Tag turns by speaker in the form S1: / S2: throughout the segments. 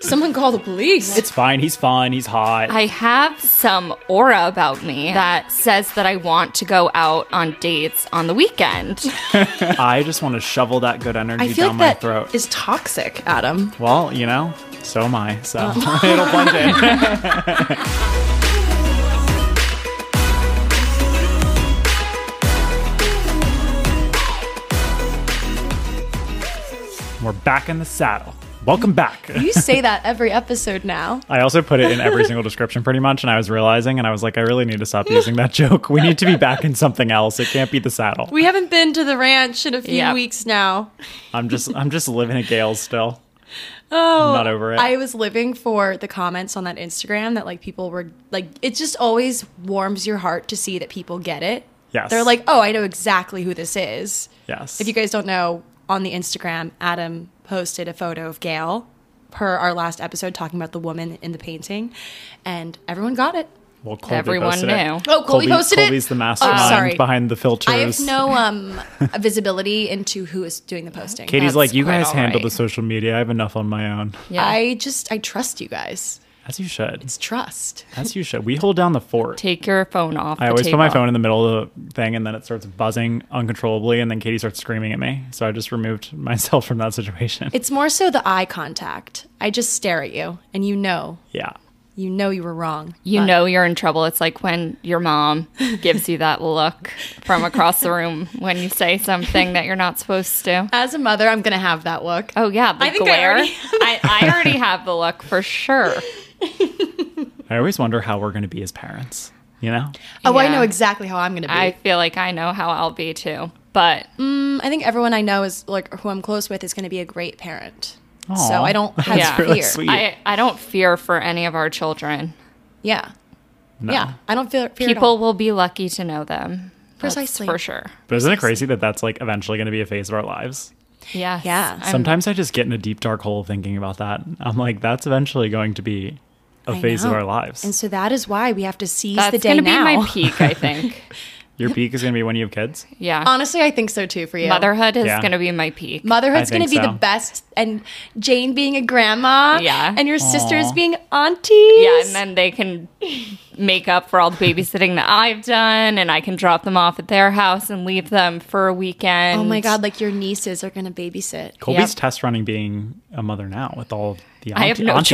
S1: Someone call the police.
S2: It's fine. He's fine. He's hot.
S3: I have some aura about me that says that I want to go out on dates on the weekend.
S2: I just want to shovel that good energy
S1: I feel
S2: down
S1: like
S2: my
S1: that is
S2: throat.
S1: toxic, Adam.
S2: well, you know, so am I. So
S1: Oh.
S2: it'll plunge in. We're back in the saddle. Welcome back.
S4: You say that every episode now.
S2: I also put it in every single description pretty much, and I was realizing, and I was like, I really need to stop using that joke. We need to be back in something else. It can't be the saddle.
S4: We haven't been to the ranch in a few
S3: Yeah.
S4: weeks now.
S2: I'm just, I'm just living at Gale's still.
S4: Oh,
S2: not over it.
S4: I was living for the comments on that Instagram that like people were like, it just always warms your heart to see that people get it.
S2: Yes.
S4: They're like, oh, I know exactly who this is.
S2: Yes.
S4: If you guys don't know, on the Instagram, Adam posted a photo of Gail per our last episode talking about the woman in the painting, and everyone got it.
S2: well, Colby
S3: Everyone
S2: posted
S3: knew.
S2: It.
S4: Oh, Colby posted it?
S2: Colby's the mastermind
S4: Oh, sorry.
S2: behind the filters.
S4: I have no um, visibility into who is doing the posting.
S2: Katie's
S3: That's
S2: like, you
S3: quite
S2: guys
S3: all
S2: handle
S3: right."
S2: the social media. I have enough on my own.
S3: Yeah.
S4: I just I trust you guys.
S2: As you should.
S4: It's trust.
S2: As you should. We hold down the fort.
S3: Take your phone off.
S2: I
S3: the
S2: always
S3: table.
S2: put my phone in the middle of the thing and then it starts buzzing uncontrollably and then Katie starts screaming at me. So I just removed myself from that situation.
S4: It's more so the eye contact. I just stare at you, and you know,
S2: yeah.
S4: you know you were wrong.
S3: You
S4: But
S3: know you're in trouble. It's like when your mom gives you that look from across the room when you say something that you're not supposed to.
S4: as a mother, I'm gonna have that look.
S3: Oh yeah, the
S4: I think I
S3: glare.
S4: already-
S3: I, I already have the look for sure.
S2: I always wonder how we're going to be as parents, you know?
S4: Oh, I
S3: Yeah.
S4: know exactly how I'm gonna be.
S3: I
S4: I,
S3: feel like I know how I'll be too. But
S4: Mm, I think everyone I know is like who I'm close with is gonna be a great parent.
S2: Aw.
S4: So I don't have
S3: Yeah.
S4: fear.
S2: really sweet.
S3: I, I don't fear for any of our children.
S4: Yeah,
S2: No.
S4: yeah. I don't feel fear at all.
S3: People will be lucky to know them. That's
S4: Precisely.
S3: for sure.
S2: But isn't it crazy that that's like eventually going to be a phase of our lives?
S3: Yes.
S4: Yeah.
S3: I'm-
S2: Sometimes I just get in a deep dark hole thinking about that. I'm like, that's eventually going to be a
S4: I
S2: phase of
S4: know.
S2: our lives.
S4: And so that is why we have to seize
S3: that's
S4: the day
S3: gonna
S4: now.
S3: be my peak. I think.
S2: Your peak is going to be when you have kids.
S3: Yeah.
S4: Honestly, I think so too for you.
S3: Motherhood is
S2: Yeah.
S3: gonna be my peak.
S4: Motherhood's
S2: I
S4: going to
S2: think
S4: be
S2: so.
S4: the best, and Jane being a grandma,
S3: Yeah.
S4: and your sisters
S2: Aw.
S4: being aunties.
S3: Yeah, and then they can make up for all the babysitting that I've done, and I can drop them off at their house and leave them for a weekend.
S4: oh my god, like your nieces are going to babysit.
S2: Colby's
S3: Yep.
S2: test running being a mother now with all the auntie,
S3: I have no
S2: auntiness,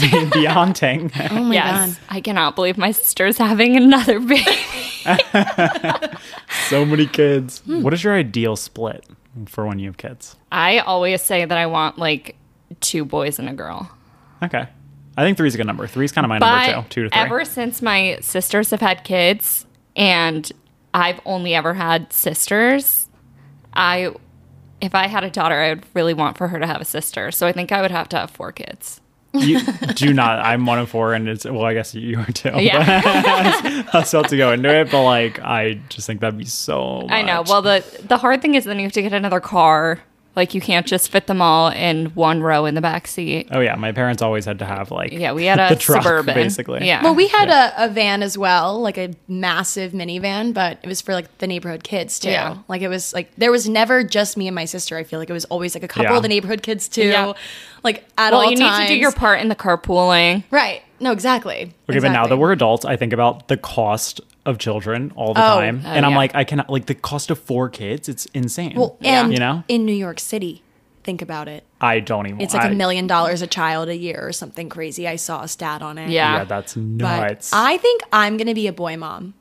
S3: choice.
S2: the, the aunting.
S4: Oh my
S3: yes,
S4: god,
S3: I cannot believe my sister's having another baby.
S2: so many kids.
S3: Hmm.
S2: What is your ideal split for when you have kids?
S3: I always say that I want like two boys and a girl.
S2: Okay. I think three's a good number. Three's kind of my number
S3: But
S2: too. Two to three.
S3: ever since my sisters have had kids, and I've only ever had sisters, I. If I had a daughter, I would really want for her to have a sister. So I think I would have to have four kids.
S2: You do not. I'm one of four, and it's well. I guess you are too.
S3: Yeah.
S2: I still have to go into it, but like, I just think that'd be so. Much.
S3: I know. Well, the the hard thing is then you have to get another car. Like you can't just fit them all in one row in the back seat.
S2: Oh yeah, my parents always had to have like.
S3: Yeah, we had a
S2: The truck,
S3: suburban,
S2: basically.
S3: Yeah.
S4: Well, we had a, a van as well, like a massive minivan, but it was for like the neighborhood kids too.
S3: Yeah.
S4: Like it was like there was never just me and my sister. I feel like it was always like a couple
S2: Yeah.
S4: of the neighborhood kids too.
S3: Yeah.
S4: Like at
S3: well,
S4: all
S3: you
S4: times.
S3: need to do your part in the carpooling.
S4: right. No, exactly. Okay,
S2: Okay, but now that we're adults, I think about the cost of children all the
S4: Oh.
S2: time, and I'm
S3: yeah.
S2: like, I cannot like the cost of four kids. It's insane.
S4: well, and
S2: you know,
S4: in New York City, think about it.
S2: I don't even.
S4: It's like
S2: a
S4: a million dollars a child a year or something crazy. I saw a stat on it.
S3: Yeah.
S2: Yeah, that's
S4: But
S2: nuts. I,
S4: I think I'm going to be a boy mom.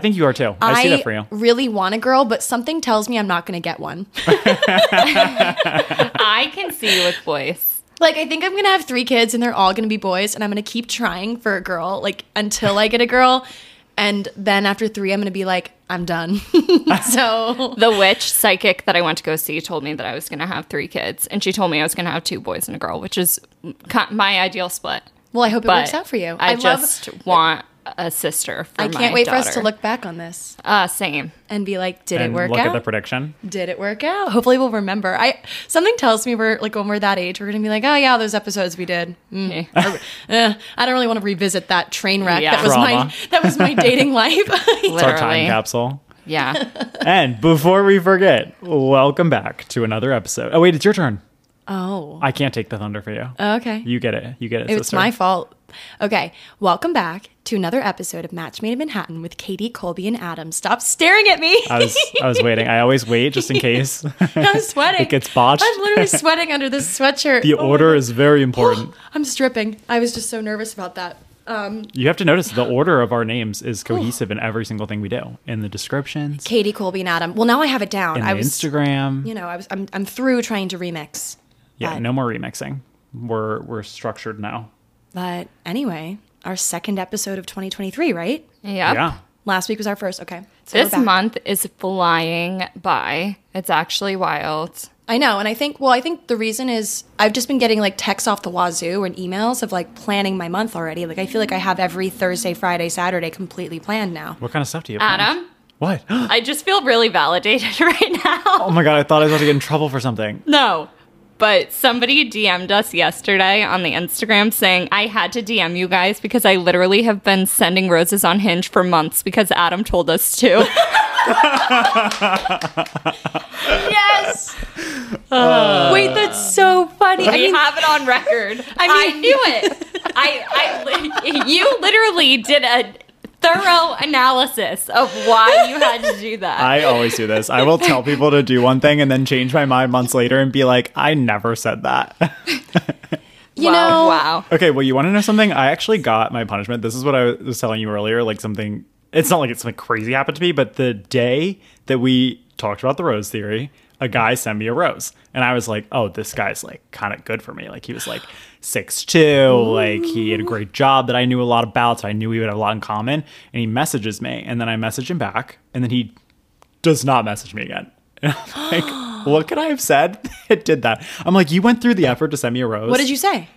S2: think you are too. I, see that for you.
S4: really want a girl, but something tells me I'm not going to get one.
S3: I can see you with boys.
S4: like, I think I'm going to have three kids and they're all going to be boys, and I'm going to keep trying for a girl, like, until I get a girl. And then after three, I'm going to be like, I'm done. so,
S3: The witch psychic that I went to go see told me that I was going to have three kids, and she told me I was going to have two boys and a girl, which is ki- my ideal split.
S4: well, I hope it
S3: But
S4: works out for you.
S3: I,
S4: love-
S3: just want a sister. For
S4: I
S3: my
S4: can't wait for us to
S3: daughter.
S4: look back on this
S3: Uh, same.
S4: and be like, did
S2: And
S4: it work
S2: look
S4: out?
S2: at the prediction.
S4: did it work out? Hopefully we'll remember. I something tells me we're like when we're that age, we're gonna be like, oh yeah, those episodes we did. Mm.
S3: Eh.
S4: Eh, I don't really want to revisit that train wreck
S3: Yeah.
S4: that was
S2: Trauma.
S4: my that was my dating life.
S2: It's our time
S3: Literally.
S2: capsule.
S3: Yeah.
S2: And before we forget, welcome back to another episode. Oh wait, it's your turn.
S4: Oh.
S2: I can't take the thunder for you.
S3: Oh.
S4: Okay.
S2: you get it. You get it.
S4: It's
S2: sister.
S4: my fault. Okay, welcome back to another episode of Match Made in Manhattan with Katie, Colby, and Adam. Stop staring at me.
S2: I was I was waiting. I always wait just in case.
S4: I'm sweating.
S2: It gets botched.
S4: I'm literally sweating under this sweatshirt.
S2: the
S4: Oh my
S2: order
S4: God.
S2: is very important.
S4: I'm stripping. I was just so nervous about that. Um,
S2: You have to notice the order of our names is cohesive in every single thing we do. In the descriptions,
S4: Katie, Colby, and Adam. Well, now I have it down.
S2: in
S4: I
S2: the
S4: was,
S2: Instagram.
S4: You know, I was. I'm, I'm through trying to remix.
S2: yeah,
S4: but-
S2: no more remixing. We're we're structured now.
S4: But anyway, our second episode of 2023, right?
S3: Yep.
S2: Yeah.
S4: Last week was our first. Okay, so we're
S3: This
S4: back.
S3: month is flying by. It's actually wild.
S4: I know, and I think well, I think the reason is I've just been getting like texts off the wazoo and emails of like planning my month already. Like I feel like I have every Thursday, Friday, Saturday completely planned now.
S2: What kind of stuff do you have?
S3: Adam,
S2: What? oh
S3: I just feel really validated right now.
S2: my god, I thought I was about to get in trouble for something.
S3: No. But somebody DM'd us yesterday on the Instagram saying, I had to DM you guys because I literally have been sending roses on Hinge for months because Adam told us to.
S4: Yes. Wait, that's so funny. I
S3: Uh. we
S4: mean,
S3: have it on record. I,
S4: mean-
S3: knew it. I, I, li- you literally did a thorough analysis of why you had to do that.
S2: I always do this. I will tell people to do one thing and then change my mind months later and be like, I never said that.
S4: you
S3: wow,
S4: know,
S3: wow.
S2: Okay, well, you want to know something? I actually got my punishment. This is what I was telling you earlier. Like something, it's not like it's something crazy happened to me, but the day that we talked about the rose theory, a guy sent me a rose, and I was like, "Oh, this guy's like kind of good for me." Like he was like six two, like he had a great job that I knew a lot about, so I knew we would have a lot in common. And he messages me, and then I message him back, and then he does not message me again. And I'm like, what could I have said that did that? I'm like, you went through the effort to send me a rose.
S4: what did you say?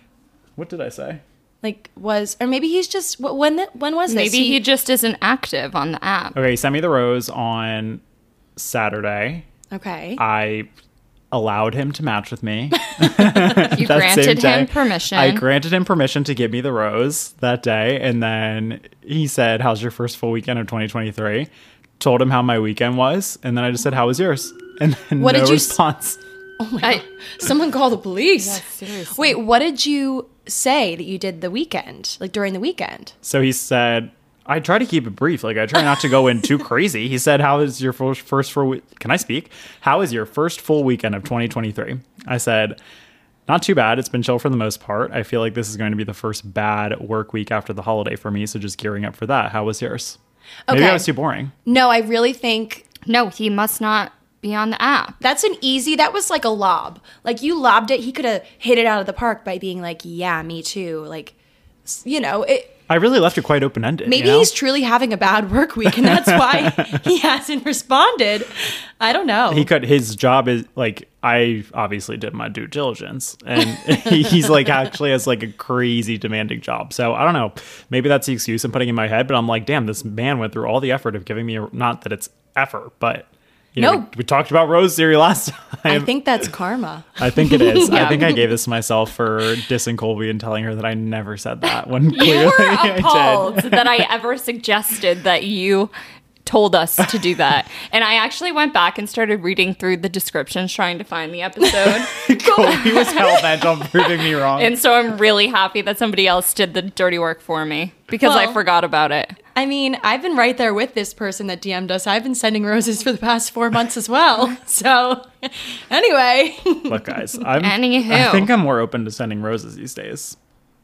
S2: What did I say?
S4: Like was or maybe he's just wh- when the, when was this?
S3: Maybe he just isn't active on the app.
S2: Okay, he sent me the rose on Saturday.
S4: Okay.
S2: I allowed him to match with me.
S3: You
S2: that same
S3: granted
S2: day.
S3: him permission.
S2: I granted him permission to give me the rose that day, and then he said, "How's your first full weekend of 2023?" Told him how my weekend was, and then I just said, "How was yours?" And then
S4: What
S2: no
S4: did you s-
S2: response.
S3: I-
S4: Oh Someone call the police.
S3: seriously.
S4: Wait, what did you say that you did the weekend? Like during the weekend?
S2: so he said, "I try to keep it brief. Like I try not to go in too crazy." He said, "How is your first first full? We- Can I speak? How is your first full weekend of 2023?" I said. Not too bad. It's been chill for the most part. I feel like this is going to be the first bad work week after the holiday for me. So just gearing up for that. How was yours? Maybe
S4: Okay.
S2: I was too boring.
S4: No, I really think
S3: no, he must not be on the app.
S4: That's an easy. That was like a lob. Like you lobbed it. He could have hit it out of the park by being like, "Yeah, me too." Like, s- you know, it,
S2: I really left it quite open ended.
S4: maybe he's truly having a bad work week, and that's why he hasn't responded. I don't know.
S2: he could his job is like i obviously did my due diligence and he's like actually has like a crazy demanding job so i don't know maybe that's the excuse i'm putting in my head but i'm like damn this man went through all the effort of giving me a, not that it's effort but you know
S4: No.
S2: we, we talked about rose theory last time
S4: I think that's karma.
S2: I think it is
S3: Yeah.
S2: i think i gave this to myself for dissing colby and telling her that i never said that when clearly
S3: You were
S2: i did
S3: appalled that I ever suggested that you told us to do that. And I actually went back and started reading through the descriptions trying to find the episode.
S2: he was hell-bent on proving me wrong
S3: and so I'm really happy that somebody else did the dirty work for me because I
S4: Well-
S3: forgot about it.
S4: I mean, I've been right there with this person that DM'd us. I've been sending roses for the past four months as well. So, anyway,
S2: Look, guys, I'm.
S3: Anywho.
S2: I think I'm more open to sending roses these days.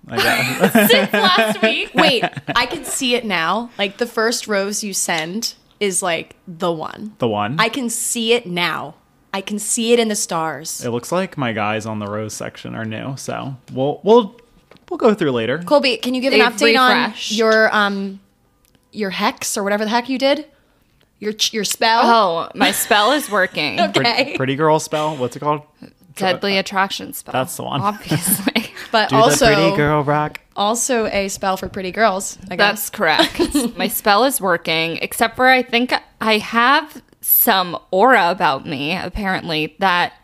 S2: I guess.
S3: Since last week.
S4: wait, I can see it now. Like the first rose you send is like the one.
S2: the one.
S4: I can see it now. I can see it in the stars.
S2: it looks like my guys on the rose section are new, so we'll we'll we'll go through later.
S4: Colby, can you give an
S3: They've
S4: update
S3: refreshed.
S4: on your um your hex or whatever the heck you did? Your ch- your spell?
S3: Oh, my spell is working.
S2: Pretty,
S4: okay.
S2: pretty girl spell. What's it called?
S3: Deadly attraction spell.
S2: That's the one.
S3: Obviously.
S4: but
S2: Do
S4: also
S2: the pretty girl rock.
S4: also a spell for pretty girls, I guess.
S3: That's correct. My spell is working, except for I think I have some aura about me, apparently, that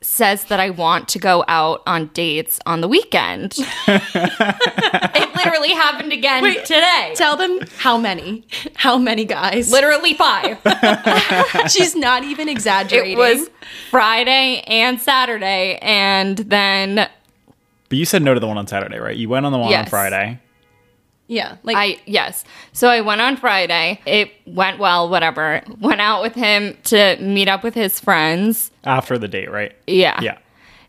S3: says that I want to go out on dates on the weekend. it literally happened again
S4: Wait.
S3: today.
S4: Tell them how many, how many guys.
S3: literally five.
S4: She's not even exaggerating.
S3: it was Friday and Saturday, and then
S2: But you said no to the one on Saturday, right? You went on the one on
S3: Yes.
S2: Friday.
S4: yeah, like
S3: I yes. So I went on Friday. It went well. Whatever. Went out with him to meet up with his friends.
S2: After the date, right?
S3: Yeah.
S2: Yeah.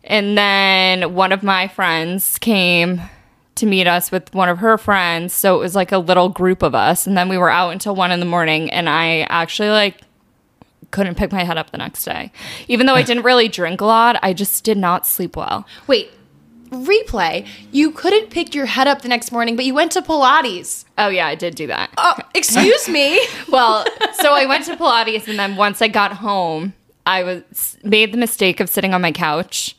S3: And then one of my friends came to meet us with one of her friends. So it was like a little group of us. And then we were out until one in the morning. And I actually like couldn't pick my head up the next day. Even though I didn't really drink a lot, I just did not sleep well.
S4: wait. Replay. You couldn't pick your head up the next morning, but you went to Pilates.
S3: Oh, yeah, I did do that.
S4: Oh, excuse me.
S3: Well, so I went to Pilates, and then once I got home, I was made the mistake of sitting on my couch,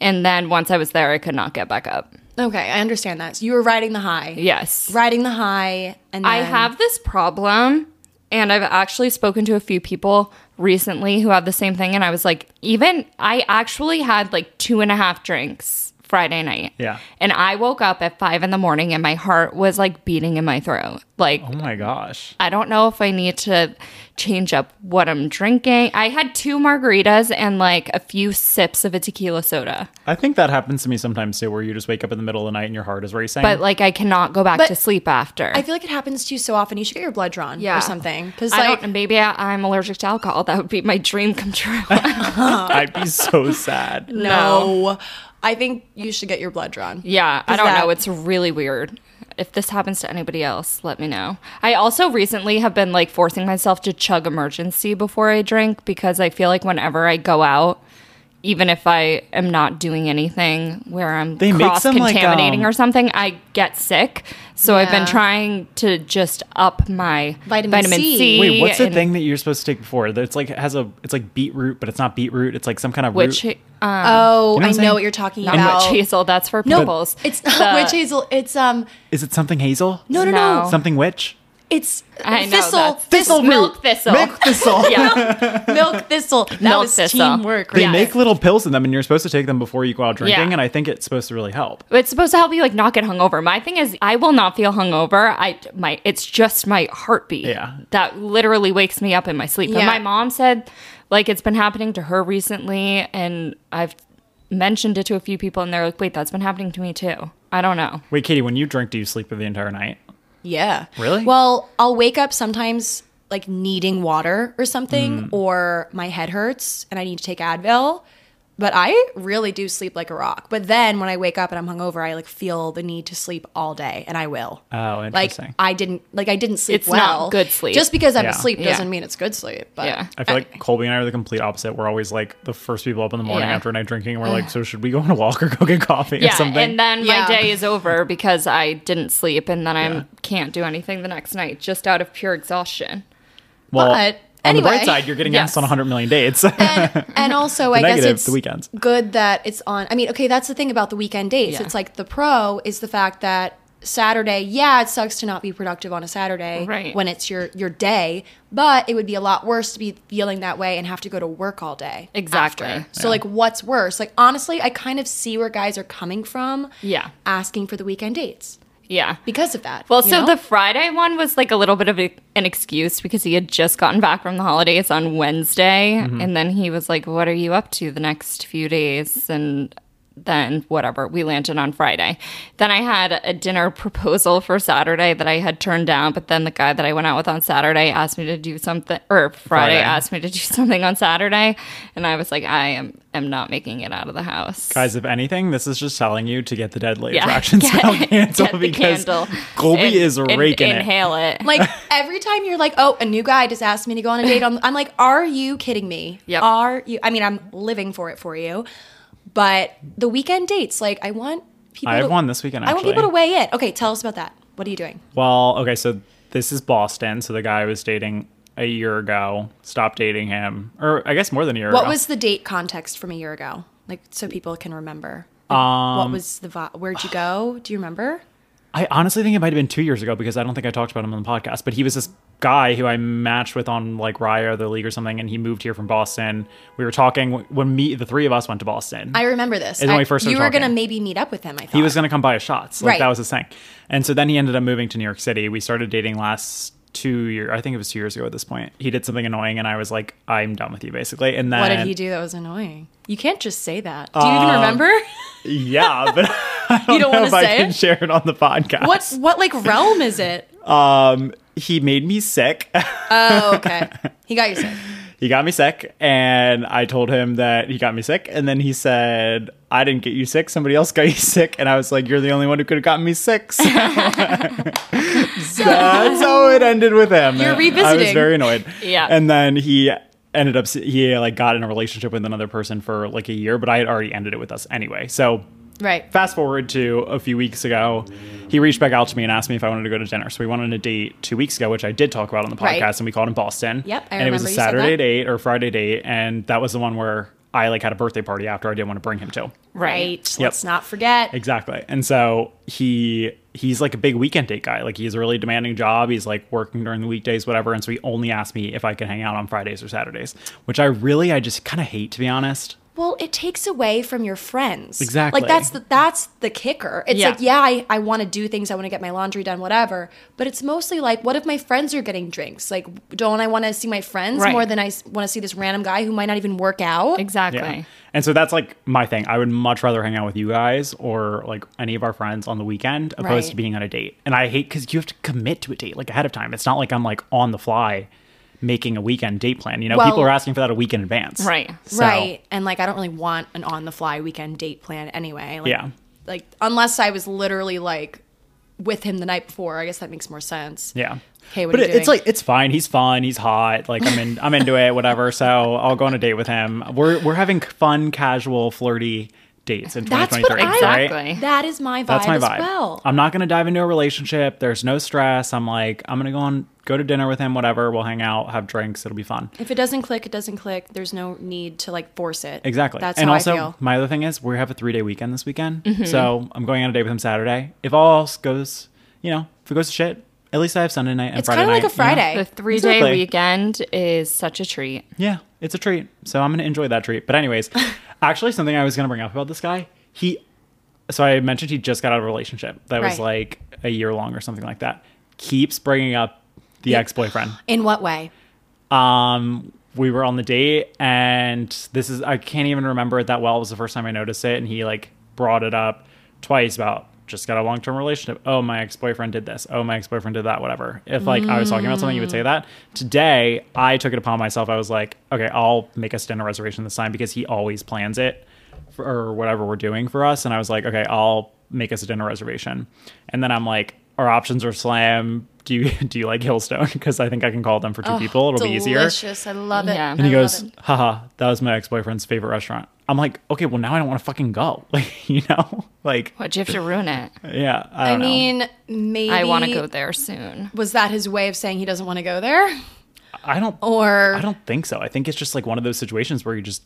S3: and then once I was there, I could not get back up.
S4: Okay, I understand that. So you were riding the high.
S3: Yes,
S4: Riding the high, and
S3: I
S4: then-
S3: have this problem, and I've actually spoken to a few people recently who have the same thing, and I was like, even I actually had like two and a half drinks Friday night,
S2: Yeah.
S3: and I woke up at five in the morning, and my heart was like beating in my throat, like
S2: Oh my gosh.
S3: I don't know if I need to change up what I'm drinking. I had two margaritas and like a few sips of a tequila soda,
S2: I think that happens to me sometimes too, where you just wake up in the middle of the night and your heart is racing.
S3: but like I cannot go back
S4: But
S3: to sleep after.
S4: I feel like it happens to you so often. You should get your blood drawn
S3: Yeah.
S4: or something. Because
S3: I
S4: like,
S3: don't. Maybe I, I'm allergic to alcohol. That would be my dream come true.
S2: I'd be so sad.
S4: no, I think you should get your blood drawn.
S3: yeah, I
S4: Is
S3: don't
S4: that-
S3: know. It's really weird. If this happens to anybody else, let me know. I also recently have been like forcing myself to chug emergency before I drink because I feel like whenever I go out, even if I am not doing anything where I'm
S2: They make
S3: cross
S2: some, like,
S3: contaminating
S2: um,
S3: or something, I get sick. So I've been
S4: Yeah.
S3: trying to just up my
S4: Vitamin
S3: vitamin,
S4: C.
S3: C.
S2: Wait, what's the
S3: and
S2: thing that you're supposed to take before? That It's like it has a it's like beetroot, but it's not beetroot. It's like some kind of root.
S3: Witch, um,
S4: Oh,
S2: You know what
S4: I
S2: I'm saying?
S4: know what you're talking
S3: not
S4: about.
S3: witch hazel. That's for
S4: No,
S3: pimples.
S4: it's not
S3: The-
S4: witch hazel. It's um,
S2: Is it something hazel?
S4: no, no, no.
S3: No.
S2: Something witch?
S4: It's
S3: I know,
S4: thistle,
S3: that's-
S4: thistle,
S3: milk thistle.
S2: Milk thistle.
S3: yeah,
S4: milk thistle. That
S3: Milk
S4: was
S3: thistle.
S4: teamwork.
S2: They
S4: right?
S2: make little pills in them, and you're supposed to take them before you go out drinking.
S3: Yeah.
S2: And I think it's supposed to really help.
S3: But it's supposed to help you like not get hungover. My thing is, I will not feel hungover. I my it's just my heartbeat.
S2: Yeah.
S3: that literally wakes me up in my sleep.
S4: Yeah.
S3: And my mom said, like it's been happening to her recently, and I've mentioned it to a few people, and they're like, wait, that's been happening to me too. I don't know.
S2: Wait, Katie, when you drink, do you sleep for the entire night?
S4: Yeah.
S2: Really?
S4: Well, I'll wake up sometimes like needing water or
S3: Mm.
S4: something, or my head hurts and I need to take Advil. But I really do sleep like a rock. But then when I wake up and I'm hungover, I like feel the need to sleep all day, and I will.
S2: Oh,
S4: like
S2: interesting.
S4: I didn't like I didn't sleep
S3: Ah, It's not
S4: well.
S3: good sleep.
S4: Just because I'm
S2: Yeah.
S4: asleep
S3: Yeah.
S4: doesn't mean it's good sleep. But
S3: Yeah.
S2: I feel like Colby and I are the complete opposite. We're always like the first people up in the morning
S3: Yeah.
S2: after a night drinking. And we're like, so should we go on a walk or go get coffee or
S3: Yeah,
S2: something?
S3: and then
S4: Yeah.
S3: my day is over because I didn't sleep, and then I am can't do anything the next night just out of pure exhaustion.
S2: well,
S4: but
S2: on the bright
S4: anyway,
S2: side, you're getting asked
S3: yes.
S2: on 100 million dates.
S4: and, and also I guess
S2: negative,
S4: it's
S2: the weekends.
S4: good that it's on. I mean, okay, that's the thing about the weekend dates.
S3: Yeah.
S4: It's like the pro is the fact that Saturday, yeah, it sucks to not be productive on a Saturday
S3: Right.
S4: when it's your your day, but it would be a lot worse to be feeling that way and have to go to work all day.
S3: Exactly.
S4: after. So like what's worse? Like honestly, I kind of see where guys are coming from
S3: Yeah.
S4: asking for the weekend dates
S3: Yeah,
S4: because of that.
S3: Well,
S4: you
S3: so
S4: know?
S3: the Friday one was like a little bit of a, an excuse because he had just gotten back from the holidays on Wednesday.
S2: Mm-hmm.
S3: And then he was like, What are you up to the next few days? And then whatever, we landed on Friday. Then I had a dinner proposal for Saturday that I had turned down. But then the guy that I went out with on Saturday asked me to do something, or Friday,
S2: Friday.
S3: asked me to do something on Saturday. And I was like, I am, am not making it out of the house.
S2: Guys, if anything, this is just telling you to get the deadly
S3: Yeah.
S2: attraction
S3: Get-
S2: style candle
S3: get the
S2: because
S3: candle
S2: Colby
S3: and-
S2: is
S3: and
S2: raking it.
S3: Inhale it.
S4: Like every time you're like, oh, a new guy just asked me to go on a date. On, I'm like, are you kidding me?
S3: Yep.
S4: Are you? I mean, I'm living for it for you. But the weekend dates, like, I want people.
S2: I have
S4: to,
S2: one this weekend,
S4: I want people to
S2: actually.
S4: weigh in. Okay, tell us about that. What are you doing?
S2: Well, okay, so this is Boston. So the guy I was dating a year ago stopped dating him, or I guess more than a year
S4: What
S2: ago.
S4: was the date context from a year ago? Like, so people can remember. what was the vi- where'd you go? Do you remember?
S2: Um, I honestly think it might have been two years ago because I don't think I talked about him on the podcast. But he was this guy who I matched with on like Raya or the league or something, and he moved here from Boston. We were talking when me, the three of us, went to Boston.
S4: I remember this.
S2: It's when
S4: I-
S2: we first
S4: you
S2: started
S4: were gonna
S2: talking.
S4: maybe meet up with him. I thought
S2: he was going to come buy us shots. Like
S4: Right.
S2: that was his thing. And so then he ended up moving to New York City. We started dating last two year. I think it was two years ago at this point. He did something annoying, and I was like, I'm done with you, basically. And then
S4: What did he do that was annoying? You can't just say that. Do you
S2: Um,
S4: even remember?
S2: Yeah, but I don't,
S4: You don't
S2: know
S4: wanna
S2: if I
S4: say
S2: can
S4: it?
S2: share it on the podcast.
S4: What what like realm is it?
S2: Um, he made me sick.
S4: Oh, okay. He got you sick.
S2: he got me sick and i told him that he got me sick and then he said i didn't get you sick somebody else got you sick and i was like you're the only one who could have gotten me sick so that's how it ended with him
S4: You're
S2: i was
S4: revisiting.
S2: very annoyed
S3: Yeah.
S2: and then he ended up he like got in a relationship with another person for like a year but i had already ended it with us anyway so
S4: Right.
S2: fast forward to a few weeks ago, he reached back out to me and asked me if I wanted to go to dinner. So we went on a date two weeks ago, which I did talk about on the podcast,
S4: Right.
S2: and we called in Boston.
S4: Yep, I
S2: and it was a
S4: remember you said
S2: Saturday
S4: that.
S2: date or Friday date, and that was the one where I like had a birthday party after I didn't want to bring him to.
S4: Right.
S2: Yep.
S4: Let's not forget.
S2: Exactly. And so he he's like a big weekend date guy. Like he's a really demanding job. He's like working during the weekdays, whatever. And so he only asked me if I could hang out on Fridays or Saturdays, which I really I just kind of hate to be honest.
S4: Well, it takes away from your friends.
S2: Exactly.
S4: Like that's the that's the kicker. It's
S3: Yeah.
S4: like, yeah, I, I want to do things, I want to get my laundry done, whatever. But it's mostly like, what if my friends are getting drinks? Like, don't I want to see my friends
S3: Right.
S4: more than I want to see this random guy who might not even work out?
S3: Exactly.
S2: Yeah. And so that's like my thing. I would much rather hang out with you guys or like any of our friends on the weekend opposed
S4: Right.
S2: to being on a date. And I hate because you have to commit to a date like ahead of time. It's not like I'm like on the fly making a weekend date plan. You know, people
S4: Well-
S2: are asking for that a week in advance.
S3: Right.
S2: So,
S4: Right. And like I don't really want an on the fly weekend date plan anyway. Like,
S2: Yeah.
S4: Like unless I was literally like with him the night before, I guess that makes more sense.
S2: Yeah.
S4: Hey, what
S2: but
S4: are you
S2: it- it's
S4: doing?
S2: like it's fine. He's fun. He's hot. Like I'm in, I'm into it. Whatever. So I'll go on a date with him. We're we're having fun, casual, flirty dates in
S4: That's
S2: 2023.
S4: what I
S2: right?
S3: Exactly.
S4: That is my vibe
S2: That's my vibe. Uh,
S4: as well.
S2: I'm not gonna dive into a relationship. There's no stress. I'm like, I'm gonna go on, go to dinner with him, whatever. We'll hang out, have drinks. It'll be fun.
S4: if it doesn't click, it doesn't click. There's no need to like force it.
S2: Exactly.
S4: That's
S2: and
S4: how
S2: also,
S4: I feel. Mm-hmm.
S2: my other thing is, we have a three day weekend this weekend, so I'm going on a date with him Saturday. If all else goes, you know, if it goes to shit, at least I have Sunday night and
S4: It's
S2: Friday
S4: kind of
S2: night.
S4: like a
S2: you know?
S4: Friday.
S3: The three day
S2: Exactly.
S3: weekend is such a treat.
S2: Yeah, it's a treat. So I'm going to enjoy that treat. But, anyways, actually, something I was going to bring up about this guy, he, so I mentioned he just got out of a relationship that was
S4: Right.
S2: like a year long or something like that. Keeps bringing up the ex boyfriend.
S4: In what way?
S2: Um, we were on the date, and this is, I can't even remember it that well. It was the first time I noticed it. And he like brought it up twice about, just got a long term relationship. Oh, my ex boyfriend did this. Oh, my ex boyfriend did that. Whatever. If like I was talking about something, you would say that. Today, I took it upon myself. I was like, okay, I'll make us dinner reservation this time because he always plans it for, or whatever we're doing for us. And I was like, okay, I'll make us a dinner reservation. And then I'm like, our options are slam. Do you do you like Hillstone? Because I think I can call them for two people. It'll be easier.
S4: Delicious. I love it.
S3: Yeah.
S2: And he
S4: I love
S2: goes,
S4: it.
S2: haha, that was my ex boyfriend's favorite restaurant. I'm like, okay, well now I don't want to fucking go. Like, you know, like,
S3: What, you have to ruin it?
S2: yeah, I
S4: I
S2: don't know.
S4: mean, maybe
S3: I want to go there soon.
S4: Was that his way of saying he doesn't want to go there?
S2: I don't.
S4: Or
S2: I don't think so. I think it's just like one of those situations where you just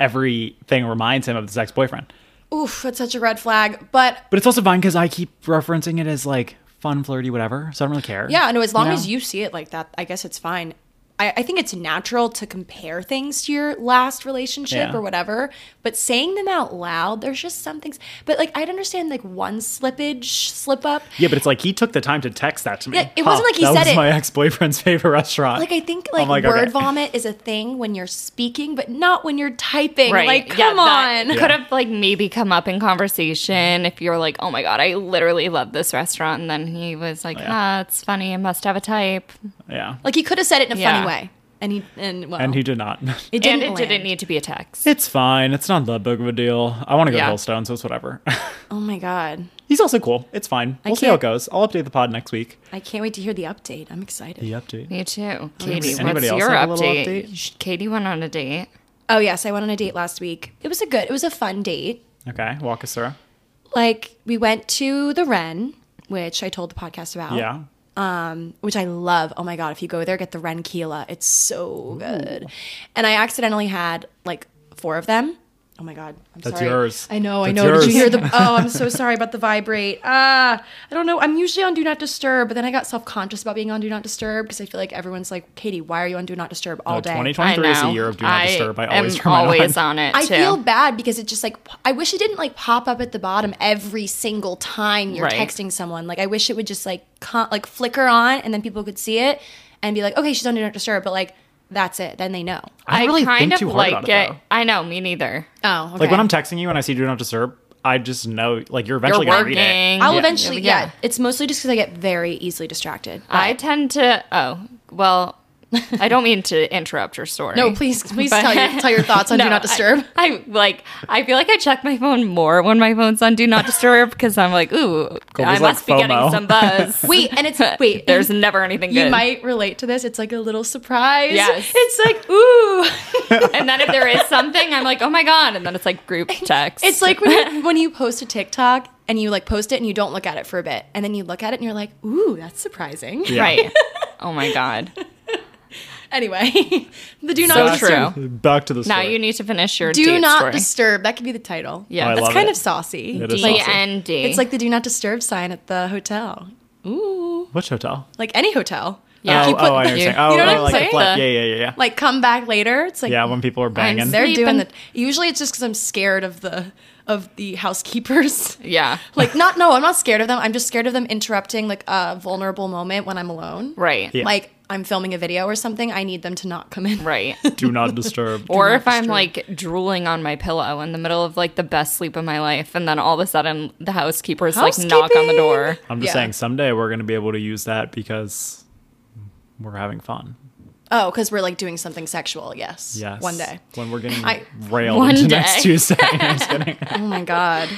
S2: everything reminds him of his ex boyfriend.
S4: oof, that's such a red flag. But
S2: But it's also fine because I keep referencing it as like fun, flirty, whatever. So I don't really care.
S4: Yeah, no, as long
S2: know?
S4: as you see it like that, I guess it's fine. I, I think it's natural to compare things to your last relationship
S2: Yeah.
S4: or whatever, but saying them out loud, there's just some things. But like, I'd understand like one slippage, slip up.
S2: Yeah, but it's like he took the time to text that to me.
S4: Yeah, it wasn't like he
S2: that
S4: said
S2: was
S4: it."
S2: my ex boyfriend's favorite restaurant.
S4: Like, I think like,
S2: like,
S4: word
S2: Oh okay.
S4: vomit is a thing when you're speaking, but not when you're typing.
S3: Right.
S4: Like,
S3: Yeah,
S4: come
S3: that
S4: on.
S3: Could have like maybe come up in conversation if you're like, oh my god, I literally love this restaurant, and then he was like,
S2: Yeah.
S3: ah, it's funny, I must have a type,
S2: yeah,
S4: Like, oh. he could have said it in a
S3: Yeah.
S4: funny way. And he, and well,
S2: and he did not.
S4: it didn't,
S3: and it didn't e-
S4: land.
S3: need to be a text.
S2: it's fine. It's not that big of a deal. I want to go
S3: Yeah.
S2: to Hillstone, so it's whatever.
S4: Oh my God.
S2: He's also cool. It's fine. We'll see how
S4: can't-
S2: it goes. I'll update the pod next week.
S4: I can't wait to hear the update. I'm excited.
S2: The update.
S3: Me too, Katie. What's
S2: Anybody else
S3: your
S2: have a little
S3: update?
S2: update?
S3: Sh- Katie went on a date.
S4: Oh, yes. I went on a date last week. It was a good, it was a fun date.
S2: Okay, walk us through.
S4: like we went to the Wren, which I told the podcast
S3: Oh.
S4: about.
S2: Yeah.
S4: Um, which I love. Oh my god, if you go there, get the Wren Kila. It's so good. And I accidentally had like four of them. Oh my god, I'm
S2: That's
S4: sorry.
S2: yours.
S4: I know, I
S2: That's
S4: know. Did
S2: yours.
S4: you hear the? Oh, I'm so sorry about the vibrate. Ah, I don't know. I'm usually on Do Not Disturb, but then I got self conscious about being on Do Not Disturb because I feel like everyone's like, Katie, why are you on Do Not Disturb all
S2: No,
S4: day?
S2: 2023 is a year of do not
S3: I
S2: disturb. I
S3: am
S2: always turn mine
S3: always
S2: on.
S3: on it.
S4: I
S3: too.
S4: feel bad because it just like I wish it didn't like pop up at the bottom every single time you're
S3: Right.
S4: texting someone. Like I wish it would just like con- like flicker on and then people could see it and be like, okay, she's on Do Not Disturb, but like that's it. Then they know.
S2: I don't really
S3: kind
S2: think
S3: of
S2: too hard
S3: like
S2: about it,
S3: it.
S2: though.
S3: I know, me neither.
S4: Oh, okay.
S2: Like when I'm texting you and I see do not disturb, I just know like you're
S3: You're
S2: eventually gonna
S3: working.
S2: read it.
S4: I'll
S2: Yeah.
S4: eventually,
S3: Yeah.
S4: yeah. It's mostly just because I get very easily distracted.
S3: I tend to. Oh well, I don't mean to interrupt your story.
S4: No, please, please
S3: But-
S4: tell your, tell your thoughts on
S3: No,
S4: Do Not
S3: I-
S4: Disturb.
S3: I, like. I feel like I check my phone more when my phone's on Do Not Disturb because I'm like, ooh, I
S2: like
S3: must be getting
S2: FOMO.
S3: some buzz.
S4: wait, and it's wait.
S3: There's never anything
S4: you
S3: good.
S4: might relate to this. It's like a little surprise.
S3: Yes.
S4: it's like ooh.
S3: and then if there is something, I'm like, oh my god. And then it's like group text.
S4: It's like when you, when you post a TikTok and you like post it and you don't look at it for a bit, and then you look at it and you're like, ooh, that's surprising.
S2: Yeah.
S3: right. Oh my god.
S4: Anyway, the do
S3: So
S4: not disturb.
S3: true.
S2: Back to the
S3: Now
S2: story.
S3: you need to finish your
S4: Do
S3: deep
S4: not
S3: story.
S4: disturb. That could be the title.
S2: Oh,
S3: Yeah.
S2: I
S4: that's
S2: love
S4: kind
S2: it.
S4: of saucy.
S2: It is
S3: D
S2: awesome.
S3: N D.
S4: It's like the do not disturb sign at the hotel. Ooh,
S2: Which hotel?
S4: like any hotel.
S3: Yeah.
S2: Oh,
S3: You
S4: put-
S2: oh, I
S4: you-
S2: understand.
S4: you
S2: Oh,
S4: know what
S2: oh,
S4: I'm
S2: like a
S4: saying?
S2: flat-
S3: The-
S2: Yeah, yeah, yeah, yeah.
S4: Like come back later. It's like
S2: yeah, when people are banging.
S3: there-
S4: they're doing the.
S3: Sleeping.
S4: Usually, it's just because I'm scared of the of the housekeepers.
S3: yeah.
S4: like not no i'm not scared of them i'm just scared of them interrupting like a vulnerable moment when i'm alone
S3: Right.
S2: Yeah.
S4: like i'm filming a video or something i need them to not come in
S3: Right.
S2: do not disturb.
S3: Or if I'm like drooling on my pillow in the middle of like the best sleep of my life, and then all of a sudden the housekeepers like knock on the door.
S2: I'm just
S4: Yeah.
S2: saying someday we're going to be able to use that because we're having fun.
S4: oh because we're like doing something sexual yes
S2: Yes.
S4: one day
S2: When we're getting
S4: I-
S2: railed
S3: One
S2: into
S3: day.
S2: next Tuesday. I'm just kidding.
S4: oh my god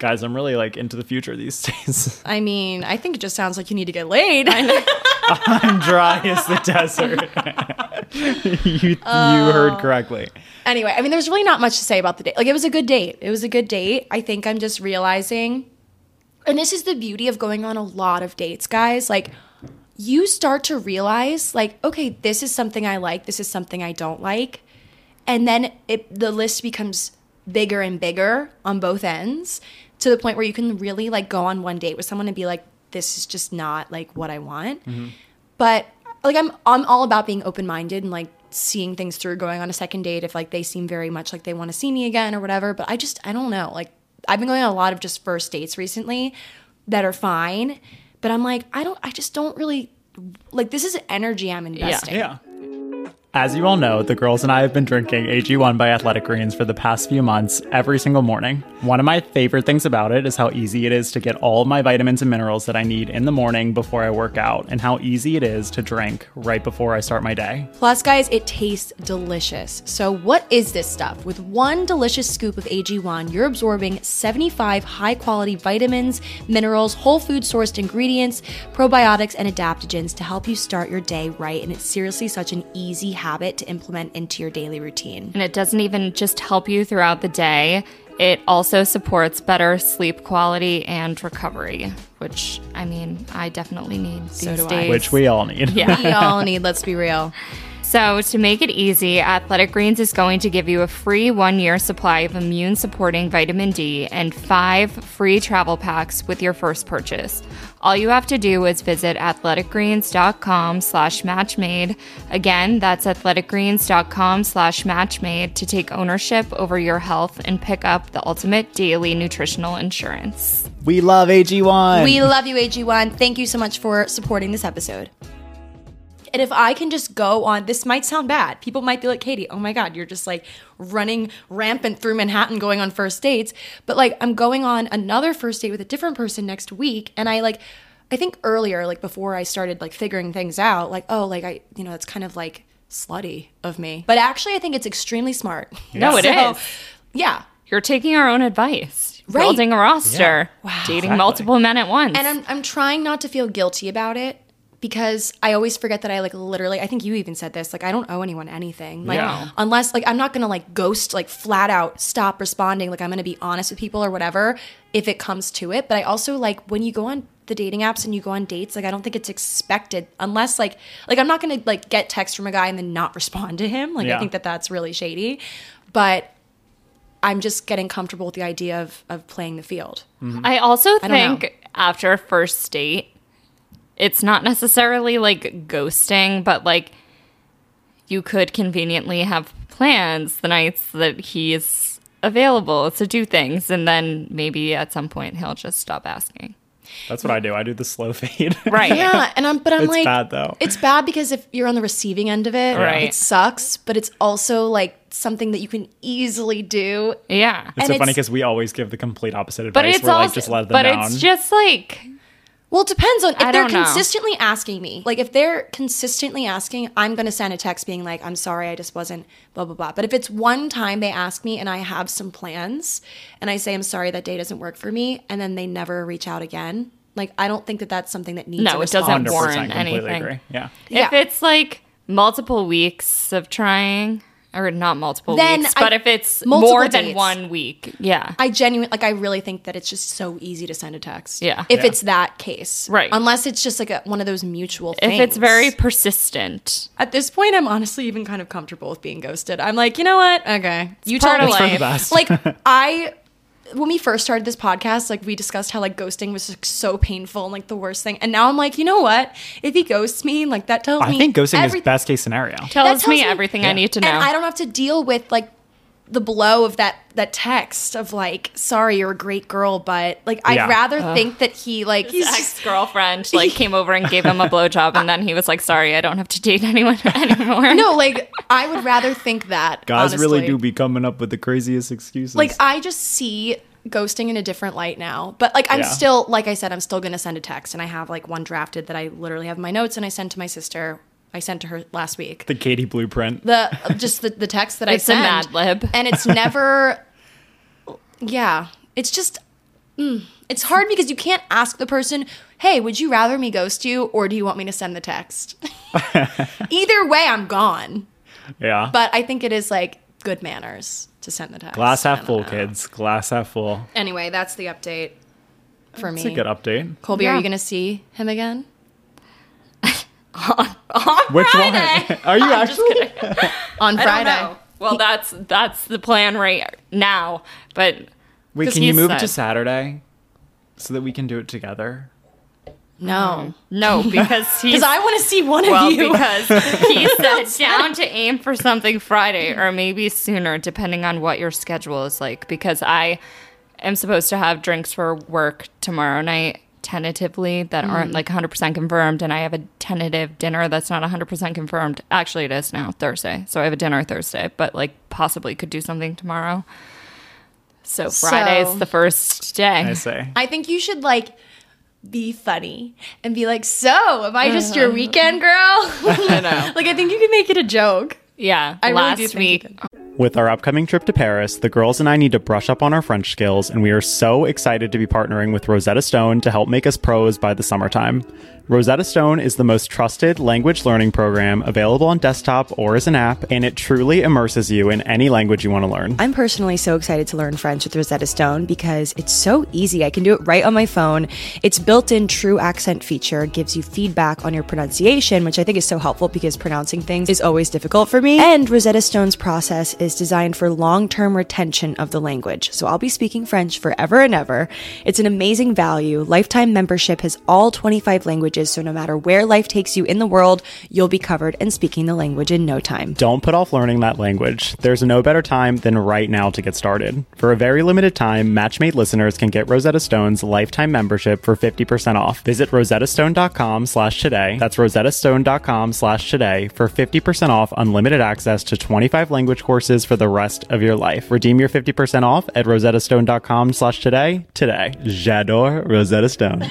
S2: Guys, I'm really like into the future these days.
S4: i mean i think it just sounds like you need to get laid
S2: I'm dry as the desert. you, you
S4: Oh.
S2: heard correctly.
S4: anyway i mean there's really not much to say about the date like it was a good date it was a good date i think i'm just realizing and this is the beauty of going on a lot of dates guys like you start to realize like okay this is something i like this is something i don't like and then it, the list becomes bigger and bigger on both ends to the point where you can really like go on one date with someone and be like this is just not like what i want but like i'm i'm all about being open-minded and like seeing things through going on a second date if like they seem very much like they want to see me again or whatever but i just i don't know like i've been going on a lot of just first dates recently that are fine but i'm like i don't i just don't really like this is energy i'm investing
S2: Yeah. As you all know, the girls and I have been drinking AG1 by Athletic Greens for the past few months every single morning. One of my favorite things about it is how easy it is to get all of my vitamins and minerals that I need in the morning before I work out, and how easy it is to drink right before I start my day.
S4: Plus, guys, it tastes delicious. So, what is this stuff? With one delicious scoop of AG1, you're absorbing 75 high quality vitamins, minerals, whole food sourced ingredients, probiotics, and adaptogens to help you start your day right. And it's seriously such an easy habit to implement into your daily routine.
S3: And it doesn't even just help you throughout the day, it also supports better sleep quality and recovery, which I mean, I definitely need these
S4: do I.
S3: days.
S2: Which we all need.
S3: Yeah.
S4: We all need, let's be real.
S3: So, to make it easy, Athletic Greens is going to give you a free one year supply of immune supporting vitamin D and five free travel packs with your first purchase. All you have to do is visit athleticgreens.com slash matchmade. Again, that's athleticgreens.com slash matchmade to take ownership over your health and pick up the ultimate daily nutritional insurance.
S2: We love AG1.
S4: We love you, AG1. Thank you so much for supporting this episode. And if I can just go on, this might sound bad. People might be like, Katie, oh my God, you're just like running rampant through Manhattan going on first dates. But like, I'm going on another first date with a different person next week. And I like, I think earlier, like before I started like figuring things out, like, oh, like I, you know, that's kind of like slutty of me. But actually, I think it's extremely smart.
S3: No, it
S4: it is.
S3: is.
S4: Yeah.
S3: You're taking our own advice,
S4: Right.
S3: building a roster, dating
S2: Exactly.
S3: multiple men at once.
S4: and I'm I'm trying not to feel guilty about it because I always forget that I like literally I think you even said this like I don't owe anyone anything like
S2: No.
S4: unless like I'm not going to like ghost like flat out stop responding like I'm going to be honest with people or whatever if it comes to it but I also like when you go on the dating apps and you go on dates like I don't think it's expected unless like like I'm not going to like get text from a guy and then not respond to him like
S2: Yeah.
S4: I think that that's really shady but I'm just getting comfortable with the idea of of playing the field.
S3: I also
S4: don't
S3: think after a first date, it's not necessarily like ghosting, but like you could conveniently have plans the nights that he is available to do things, and then maybe at some point he'll just stop asking.
S2: That's what I do. I do the slow fade.
S3: Right.
S4: Yeah, and I'm but I'm
S2: It's
S4: like
S2: bad, though.
S4: It's bad because if you're on the receiving end of it,
S3: Right.
S4: it sucks, but it's also like something that you can easily do.
S3: Yeah.
S2: It's
S4: And
S2: so funny
S4: it's-
S2: because we always give the complete opposite advice.
S3: But it's
S2: We're
S3: also,
S2: like, just let them
S3: but
S2: down.
S3: it's just like,
S4: Well, it depends on if
S3: I
S4: they're
S3: don't know.
S4: consistently asking me. Like if they're consistently asking, I'm going to send a text being like, "I'm sorry, I just wasn't blah blah blah." But if it's one time they ask me and I have some plans and I say, "I'm sorry, that day doesn't work for me," and then they never reach out again, like I don't think that that's something that needs a
S3: No, it doesn't
S4: response.
S2: 100%
S3: warrant
S2: completely
S3: anything.
S2: agree. Yeah.
S4: Yeah.
S3: if it's like multiple weeks of trying, or not multiple
S4: Then
S3: weeks,
S4: I-
S3: but if it's
S4: multiple
S3: more than
S4: dates.
S3: one week, yeah.
S4: I genuinely like I really think that it's just so easy to send a text.
S3: Yeah.
S4: If
S2: Yeah.
S4: it's that case.
S3: Right.
S4: Unless it's just like a, one of those mutual
S3: if
S4: things.
S3: it's very persistent,
S4: At this point I'm honestly even kind of comfortable with being ghosted. I'm like, "You know what? Okay. You
S3: part
S4: told
S3: of
S4: me."
S3: life.
S2: Best.
S4: Like I when we first started this podcast, like we discussed how like ghosting was like, so painful and like the worst thing. And now I'm like, "You know what? If he ghosts me, like that tells
S2: I
S4: me
S2: think ghosting
S4: everyth-
S2: is best case scenario.
S4: That
S3: tells
S4: tells
S3: me
S4: me-
S3: everything I
S2: Yeah.
S3: need to know.
S4: And I don't have to deal with like the blow of that that text of like, sorry, you're a great girl, but like
S2: Yeah. Uh.
S4: I'd rather think that he like he's
S3: ex girlfriend like came over and gave him a blowjob, and then he was like, "Sorry, I don't have to date anyone anymore."
S4: no, like I would rather think that
S2: Guys really
S4: honestly.
S2: do be coming up with the craziest excuses.
S4: Like I just see ghosting in a different light now. But like I'm
S2: Yeah.
S4: still like I said, I'm still gonna send a text and I have like one drafted that I literally have in my notes and I sent to my sister. I sent to her last week.
S2: the Katie blueprint.
S4: The just the, the text that
S3: It's
S4: I
S3: a
S4: send.
S3: Mad Lib.
S4: And it's never Yeah. It's just mm, it's hard because you can't ask the person, "Hey, would you rather me ghost you or do you want me to send the text?" Either way, I'm gone.
S2: yeah.
S4: But I think it is like good manners to send the text.
S2: Glass
S4: I
S2: half
S4: don't
S2: full,
S4: know.
S2: kids. Glass half full.
S4: Anyway, that's the update for
S2: It's a
S4: me.
S2: good update.
S4: Colby, are
S3: Yeah.
S4: you going to see him again?
S2: Which one? Are you actually?
S4: On
S3: I don't
S4: Friday.
S3: know. Well, that's that's the plan right now. But
S2: Wait,
S3: 'Cause
S2: can you
S3: he's
S2: move it
S3: sad.
S2: to Saturday so that we can do it together?
S4: No.
S3: no, because he's
S4: Because I want to see one
S3: Mm-hmm. well,
S4: of you.
S3: because he said down to aim for something Friday or maybe sooner, depending on what your schedule is like. Because I am supposed to have drinks for work tomorrow night, tentatively,
S4: Mm.
S3: that aren't like 100% confirmed. And I have a tentative dinner that's not 100% confirmed. Actually, it is now Thursday. So I have a dinner Thursday, but like possibly could do something tomorrow. So Friday's
S4: So-
S3: the first day.
S2: I say.
S4: I think you should like be funny and be like, so am I just
S3: Uh-huh.
S4: your weekend girl? I know. like, I think you can make it a joke.
S3: Yeah.
S4: I
S3: last
S4: really do think you
S3: week,
S4: can.
S2: With our upcoming trip to Paris, the girls and I need to brush up on our French skills, and we are so excited to be partnering with Rosetta Stone to help make us pros by the summertime. Rosetta Stone is the most trusted language learning program available on desktop or as an app, and it truly immerses you in any language you want to learn.
S5: I'm personally so excited to learn French with Rosetta Stone because it's so easy. I can do it right on my phone. Its built in true accent feature gives you feedback on your pronunciation, which I think is so helpful because pronouncing things is always difficult for me. And Rosetta Stone's process is designed for long term retention of the language. So I'll be speaking French forever and ever. It's an amazing value. Lifetime membership has all 25 languages, so no matter where life takes you in the world, you'll be covered and speaking the language in no time.
S2: Don't put off learning that language. There's no better time than right now to get started. For a very limited time, Matchmade listeners can get Rosetta Stone's lifetime membership for 50% off. Visit rosettastone.com slash today. That's rosettastone.com slash today for 50% off unlimited access to 25 language courses for the rest of your life. Redeem your 50% off at rosettastone.com slash today today. J'adore Rosetta Stone.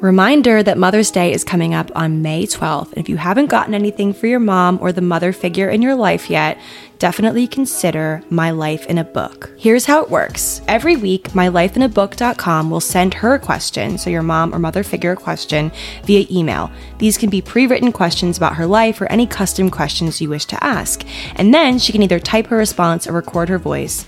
S4: Reminder that Mother's Day is coming up on May 12th.
S5: If you haven't gotten anything for your mom or the mother figure in your life yet, definitely consider My Life in a Book. Here's how it works. Every week, mylifeinabook.com will send her a question, so your mom or mother figure a question, via email. These can be pre-written questions about her life or any custom questions you wish to ask. And then she can either type her response or record her voice.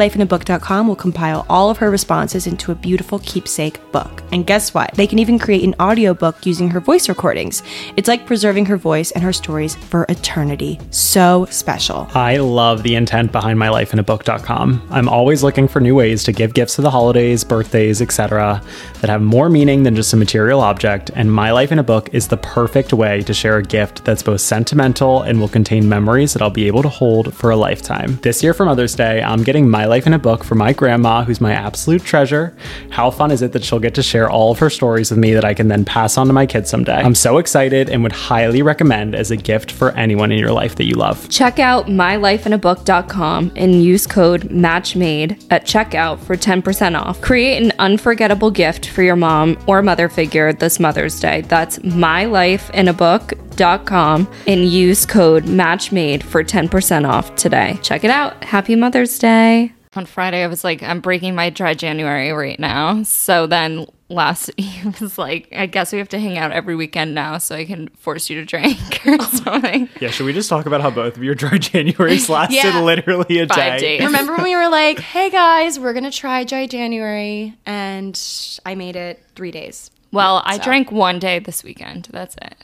S5: Mylifeinabook.com will compile all of her responses into a beautiful keepsake book. And guess what? They can even create an audiobook using her voice recordings. It's like preserving her voice and her stories for eternity. So special.
S2: I love the intent behind my life in a book.com. I'm always looking for new ways to give gifts to the holidays, birthdays, etc. that have more meaning than just a material object, and my life in a book is the perfect way to share a gift that's both sentimental and will contain memories that I'll be able to hold for a lifetime. This year for Mother's Day, I'm getting my life in a book for my grandma, who's my absolute treasure. How fun is it that she'll get to share all of her stories with me that I can then pass on to my kids someday? I'm so excited and would highly recommend as a gift for anyone in your life that you love.
S3: Check out mylifeinabook.com and use code matchmade at checkout for 10% off. Create an unforgettable gift for your mom or mother figure this Mother's Day. That's mylifeinabook.com and use code matchmade for 10% off today. Check it out. Happy Mother's Day. On Friday, I was like, I'm breaking my dry January right now. So then last he was like, I guess we have to hang out every weekend now so I can force you to drink or something.
S2: Yeah, should we just talk about how both of your dry Januaries lasted
S4: Yeah.
S2: literally a day?
S3: Five days.
S4: Remember when we were like, hey guys, we're going to try Dry January? And I made it three days.
S3: Well, I drank one day this weekend. That's it.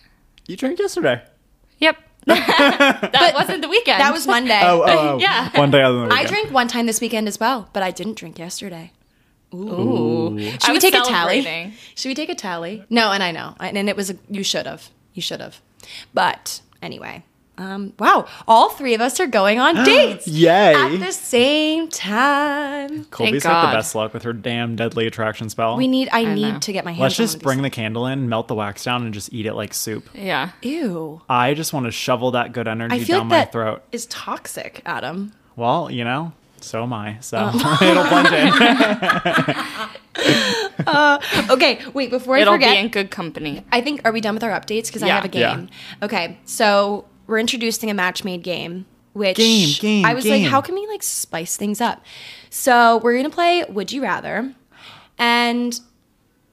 S2: You drank yesterday.
S3: Yep. that wasn't the weekend.
S4: That was Monday.
S2: Oh, oh, oh.
S3: Yeah.
S2: One day other than the
S4: I
S2: weekend.
S4: drank one time this weekend as well, but I didn't drink yesterday.
S3: Ooh.
S4: Should we take a tally? Should we take a tally? No, and I know, and, and it was a, you should have, you should have, but anyway, um, wow, all three of us are going on dates at
S2: Yay!
S4: the same time.
S2: Colby's got
S3: God.
S2: the best luck with her damn deadly attraction spell.
S4: We need, I, need
S3: know.
S4: to get my hands.
S2: Let's
S4: on
S2: just bring the candle in, melt the wax down, and just eat it like soup.
S3: Yeah.
S4: these. Ew,
S2: I just want to shovel that good energy
S4: I feel
S2: down
S4: like that
S2: my throat.
S4: is toxic, Adam.
S2: Well, you know, so am I. So
S4: Oh,
S2: it'll blend in.
S4: Okay, wait, before I
S3: It'll
S4: forget,
S3: be in good company.
S4: I think are we done with our updates? Because I
S3: Yeah.
S4: have a
S2: Yeah.
S4: game. Okay, so we're introducing a match made game. Which
S2: Game, game,
S4: I was
S2: game.
S4: like, how can we like spice things up? So we're gonna play Would You Rather, and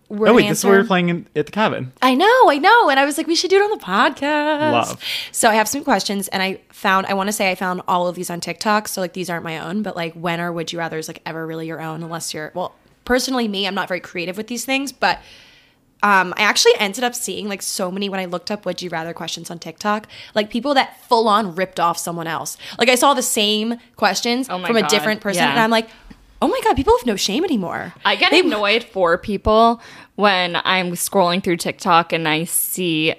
S4: we're
S2: oh wait,
S4: gonna
S2: this is what we
S4: answer-
S2: were playing in, at the cabin.
S4: I know, I know, and I was like, we should do it on the podcast.
S2: Love.
S4: So I have some questions, and I found I want to say I found all of these on TikTok. So like these aren't my own, but like when or Would You Rather is like ever really your own unless you're well. Personally, me, I'm not very creative with these things, but um, I actually ended up seeing like so many when I looked up would you rather questions on TikTok, like people that full on ripped off someone else. Like I saw the same questions
S3: Oh my
S4: from a
S3: God,
S4: different person,
S3: yeah.
S4: and I'm like, oh my god, people have no shame anymore.
S3: I get annoyed for people when I'm scrolling through TikTok and I see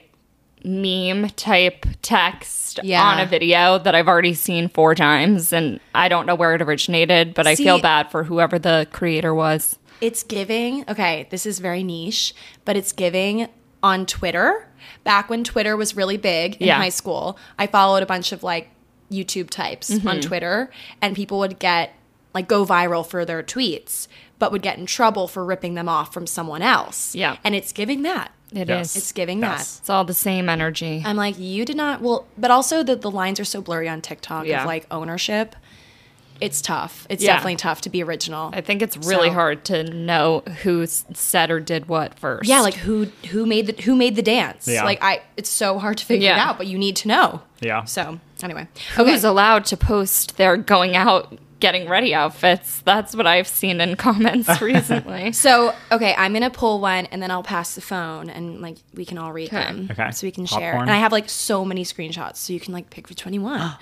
S3: meme type text
S4: Yeah.
S3: on a video that I've already seen four times and I don't know where it originated, but I feel
S4: See-
S3: bad for whoever the creator was.
S4: It's giving, okay, this is very niche, but it's giving on Twitter. Back when Twitter was really big in
S3: Yeah.
S4: high school, I followed a bunch of like YouTube types
S3: Mm-hmm.
S4: on Twitter, and people would get like go viral for their tweets, but would get in trouble for ripping them off from someone else.
S3: Yeah.
S4: And it's giving that.
S3: It is.
S2: Yes.
S4: It's giving
S2: Yes.
S3: It's all the same energy.
S4: that. I'm like, you did not. Well, but also the, the lines are so blurry on TikTok
S3: Yeah.
S4: of like ownership. It's tough. It's
S3: Yeah.
S4: definitely tough to be original.
S3: I think it's really
S4: So-
S3: hard to know who s- said or did what first.
S4: Yeah, like who who made the who made the dance?
S2: Yeah.
S4: Like I, it's so hard to figure it
S3: Yeah.
S4: out, but you need to know.
S2: Yeah.
S4: So anyway, okay.
S3: who's allowed to post their going out, getting ready outfits? That's what I've seen in comments recently.
S4: so okay, I'm gonna pull one and then I'll pass the phone and like we can all read
S3: Okay.
S4: them,
S2: Okay.
S4: so we can share.
S2: Popcorn.
S4: And I have like so many screenshots, so you can like pick which one you
S3: Oh,
S4: want.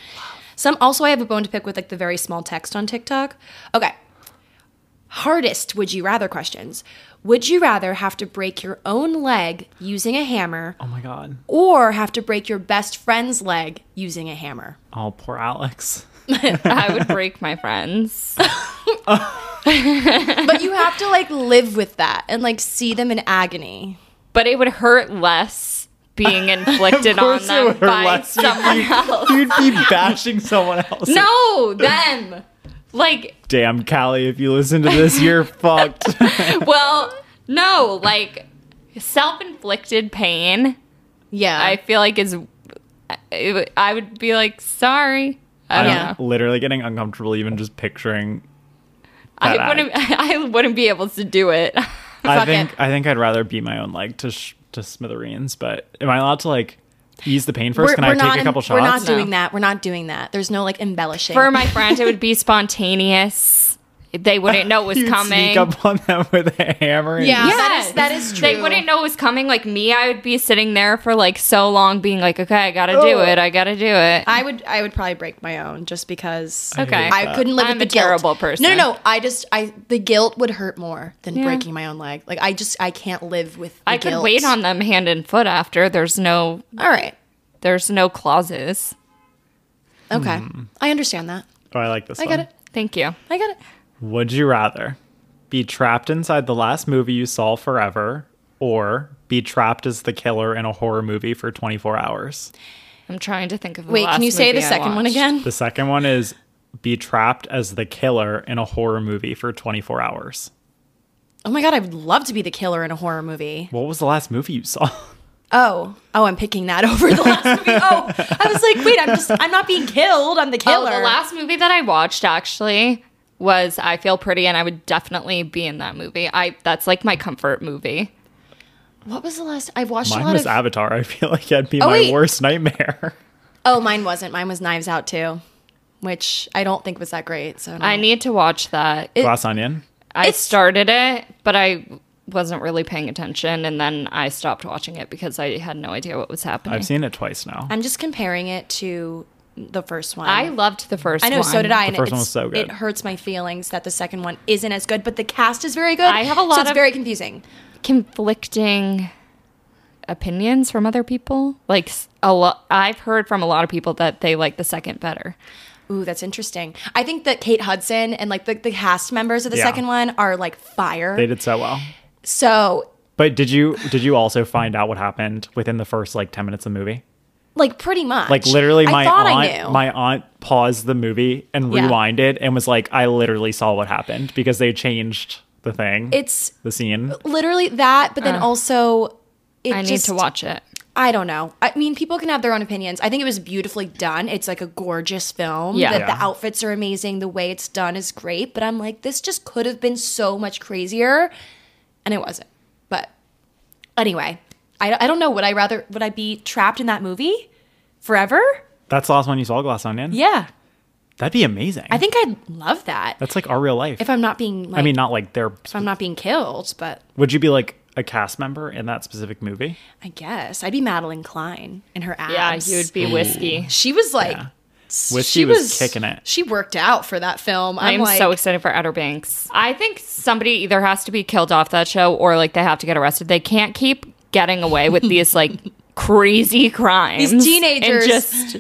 S4: Some also I have a bone to pick with like the very small text on TikTok. Okay. hardest would you rather questions. Would you rather have to break your own leg using a hammer
S2: Oh my god.
S4: or have to break your best friend's leg using a hammer?
S2: Oh, poor Alex.
S3: I would break my friends.
S4: But you have to like live with that and like see them in agony.
S3: But it would hurt less being inflicted on
S2: course it
S3: them
S2: would hurt
S3: by
S2: less. You-
S3: someone else.
S2: You'd be bashing someone else.
S3: No, them. Like,
S2: Damn, Callie, if you listen to this, you're fucked.
S3: well, no, like self inflicted pain,
S4: Yeah.
S3: I feel like is. it would- I would be like, sorry. I
S2: I'm
S3: don't
S4: Yeah.
S3: know.
S2: literally getting uncomfortable even just picturing. that
S3: I
S2: act.
S3: wouldn't. I wouldn't be able to do it.
S2: I
S4: Fuck it.
S2: think I think I'd rather beat my own leg to sh- to smithereens. But am I allowed to like ease the pain 1st Can I
S4: not,
S2: take a couple
S4: We're not
S2: shots?
S4: doing that. We're not doing that. There's no like embellishing.
S3: For my friend, it would be spontaneous. They wouldn't know it was
S2: You'd
S3: coming.
S2: sneak up on them with a hammer. and
S4: Yeah.
S2: just-
S4: That is- that is
S3: They
S4: true.
S3: wouldn't know it was coming. Like me, I would be sitting there for like so long, being like, "Okay, I gotta do
S4: Oh.
S3: it. I gotta do it."
S4: I would I would probably break my own just because
S3: okay.
S2: hate
S4: I couldn't live
S3: I'm
S4: with
S3: a
S4: the guilt.
S3: terrible person.
S4: No, no, no. I just I the guilt would hurt more than
S3: Yeah.
S4: breaking my own leg. Like I just I can't live with. The
S3: I could
S4: guilt.
S3: wait on them hand and foot after. There's no,
S4: All right.
S3: there's no clauses.
S4: Okay.
S2: Hmm.
S4: I understand that.
S2: Oh, I like this.
S4: I
S2: one.
S4: get it.
S3: Thank you.
S4: I get it.
S2: Would you rather be trapped inside the last movie you saw forever, or be trapped as the killer in a horror movie for 24 hours?
S3: I'm trying to think of. The
S4: Wait,
S3: last
S4: can you say the
S3: movie I
S4: second one
S3: watched.
S4: again?
S2: The second one is be trapped as the killer in a horror movie for 24 hours.
S4: Oh my god, I would love to be the killer in a horror movie.
S2: What was the last movie you saw?
S4: Oh, oh, I'm picking that over the last movie. Oh, I was like, wait, I'm just I'm not being killed. I'm the
S3: Oh,
S4: killer.
S3: the last movie that I watched actually was I Feel Pretty, and I would definitely be in that movie. I that's like my comfort movie.
S4: what was the last? I've watched a
S2: Mine
S4: lot
S2: was
S4: of.
S2: Avatar. I feel like that'd be
S4: Oh,
S2: my
S4: wait.
S2: worst nightmare.
S4: oh, mine wasn't. Mine was Knives Out too, which I don't think was that great. So no.
S3: I need to watch that.
S2: Glass Onion.
S3: I
S4: It's-
S3: started it, but I wasn't really paying attention, and then I stopped watching it because I had no idea what was happening.
S2: I've seen it twice now.
S4: I'm just comparing it to the first one.
S3: I loved the first.
S4: I know, so
S3: one.
S4: did I. And
S2: first
S4: it's,
S2: one was so good.
S4: It hurts my feelings that the second one isn't as good, but the cast is very good.
S3: I have a lot
S4: so it's
S3: of-
S4: very confusing.
S3: Conflicting opinions from other people. Like s- a lot, I've heard from a lot of people that they like the second better.
S4: Ooh, that's interesting. I think that Kate Hudson and like the, the cast members of the
S2: Yeah.
S4: second one are like fire.
S2: They did so well.
S4: so
S2: But did you did you also find out what happened within the first like 10 minutes of the movie?
S4: like pretty much,
S2: Like literally,
S4: I
S2: my
S4: thought I
S2: aunt,
S4: knew.
S2: my aunt paused the movie and
S4: Yeah.
S2: rewinded and was like, "I literally saw what happened because they changed the thing,
S4: It's
S2: the scene."
S4: literally that, but then also. It
S3: Uh. I need
S4: just-
S3: to watch it.
S4: I don't know. I mean, people can have their own opinions. I think it was beautifully done. It's like a gorgeous film.
S3: Yeah.
S4: The,
S2: Yeah.
S4: the outfits are amazing. The way it's done is great. But I'm like, this just could have been so much crazier, and it wasn't. But anyway, I, I don't know. Would I rather would I be trapped in that movie forever?
S2: That's the last one you saw, Glass Onion.
S4: Yeah,
S2: that'd be amazing.
S4: I think I'd love that.
S2: that's like our real life.
S4: if I'm not being, like,
S2: I mean, not like there.
S4: if I'm not being killed, but
S2: Would you be like a cast member in that specific movie?
S4: I guess I'd be Madeline Klein in her
S3: Yeah,
S4: abs.
S3: you would be whiskey.
S4: She was like.
S2: Whiskey
S4: she
S2: was kicking it.
S4: She worked out for that film. I'm,
S3: I'm
S4: like,
S3: so excited for Outer Banks. I think somebody either has to be killed off that show or like they have to get arrested. They can't keep getting away with these like crazy crimes.
S4: These teenagers.
S3: And just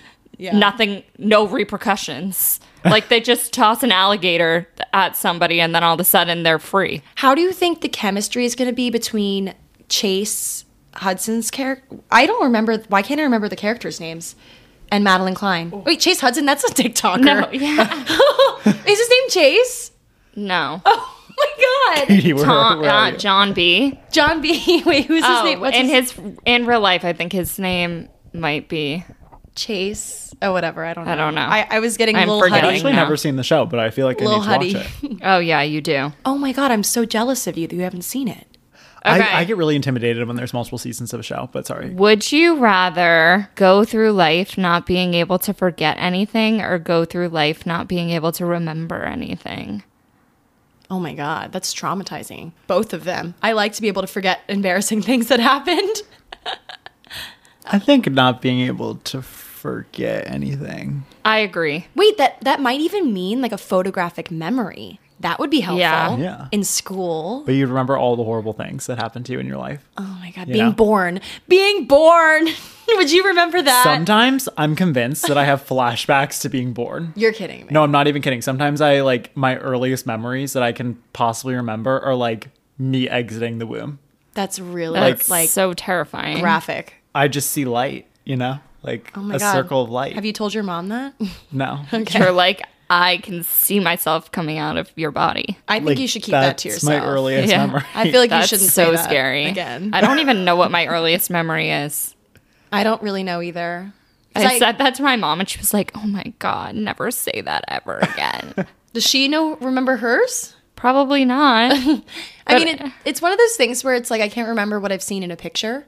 S3: nothing, no repercussions. Like they just toss an alligator at somebody and then all of a sudden they're free.
S4: How do you think the chemistry is going to be between Chase Hudson's character? I don't remember. Why can't I remember the characters' names? And Madeline Klein. Wait, Chase Hudson. That's a TikToker.
S3: Oh. No, Oh, yeah.
S4: Is his name Chase?
S3: No.
S4: Oh my God.
S2: Katie, where-
S3: Tom,
S2: where are
S3: uh,
S2: you?
S3: John B.
S4: John B. Wait, who's his
S3: Oh,
S4: name? What's
S3: in his in real life, I think his name might be
S4: Chase. Oh, whatever. I don't. know.
S3: I don't know.
S4: I, I was getting
S3: I'm
S4: little
S2: I've
S3: forgetting.
S4: Huddy.
S2: actually
S3: now.
S2: never seen the show, but I feel like I
S4: Lil
S2: need to
S4: Huddy.
S2: watch it.
S3: Oh yeah, you do.
S4: Oh my God, I'm so jealous of you that you haven't seen it.
S3: Okay.
S2: I, I get really intimidated when there's multiple seasons of a show. But sorry,
S3: Would you rather go through life not being able to forget anything or go through life not being able to remember anything?
S4: Oh my God, that's traumatizing. Both of them. I like to be able to forget embarrassing things that happened.
S2: I think not being able to forget anything.
S3: I agree.
S4: Wait, that that might even mean like a photographic memory. That would be helpful
S3: Yeah.
S2: Yeah.
S4: in school.
S2: But you'd remember all the horrible things that happened to you in your life.
S4: Oh my god,
S2: You
S4: being
S2: know?
S4: born, being born. would you remember that?
S2: Sometimes I'm convinced that I have flashbacks to being born.
S4: You're kidding me.
S2: No, I'm not even kidding. Sometimes I like my earliest memories that I can possibly remember are like me exiting the womb.
S4: That's really
S3: That's
S4: like
S3: like so terrifying.
S4: graphic.
S2: I just see light, you know? Like
S4: Oh my
S2: a
S4: god.
S2: circle of light.
S4: Have you told your mom that?
S2: No.
S3: You're like, I can see myself coming out of your body.
S4: I think
S2: Like,
S4: you should keep that to
S2: that's
S4: yourself.
S2: my earliest
S3: Yeah.
S2: memory.
S4: I feel like
S3: That's
S4: you shouldn't
S3: so
S4: say that
S3: scary.
S4: again.
S3: I don't even know what my earliest memory is.
S4: I don't really know either. 'Cause
S3: I
S4: I-
S3: said that to my mom, and she was like, "Oh my god, never say that ever again."
S4: does she know? Remember hers?
S3: Probably not.
S4: I
S3: But-
S4: mean, it, it's one of those things where it's like I can't remember what I've seen in a picture,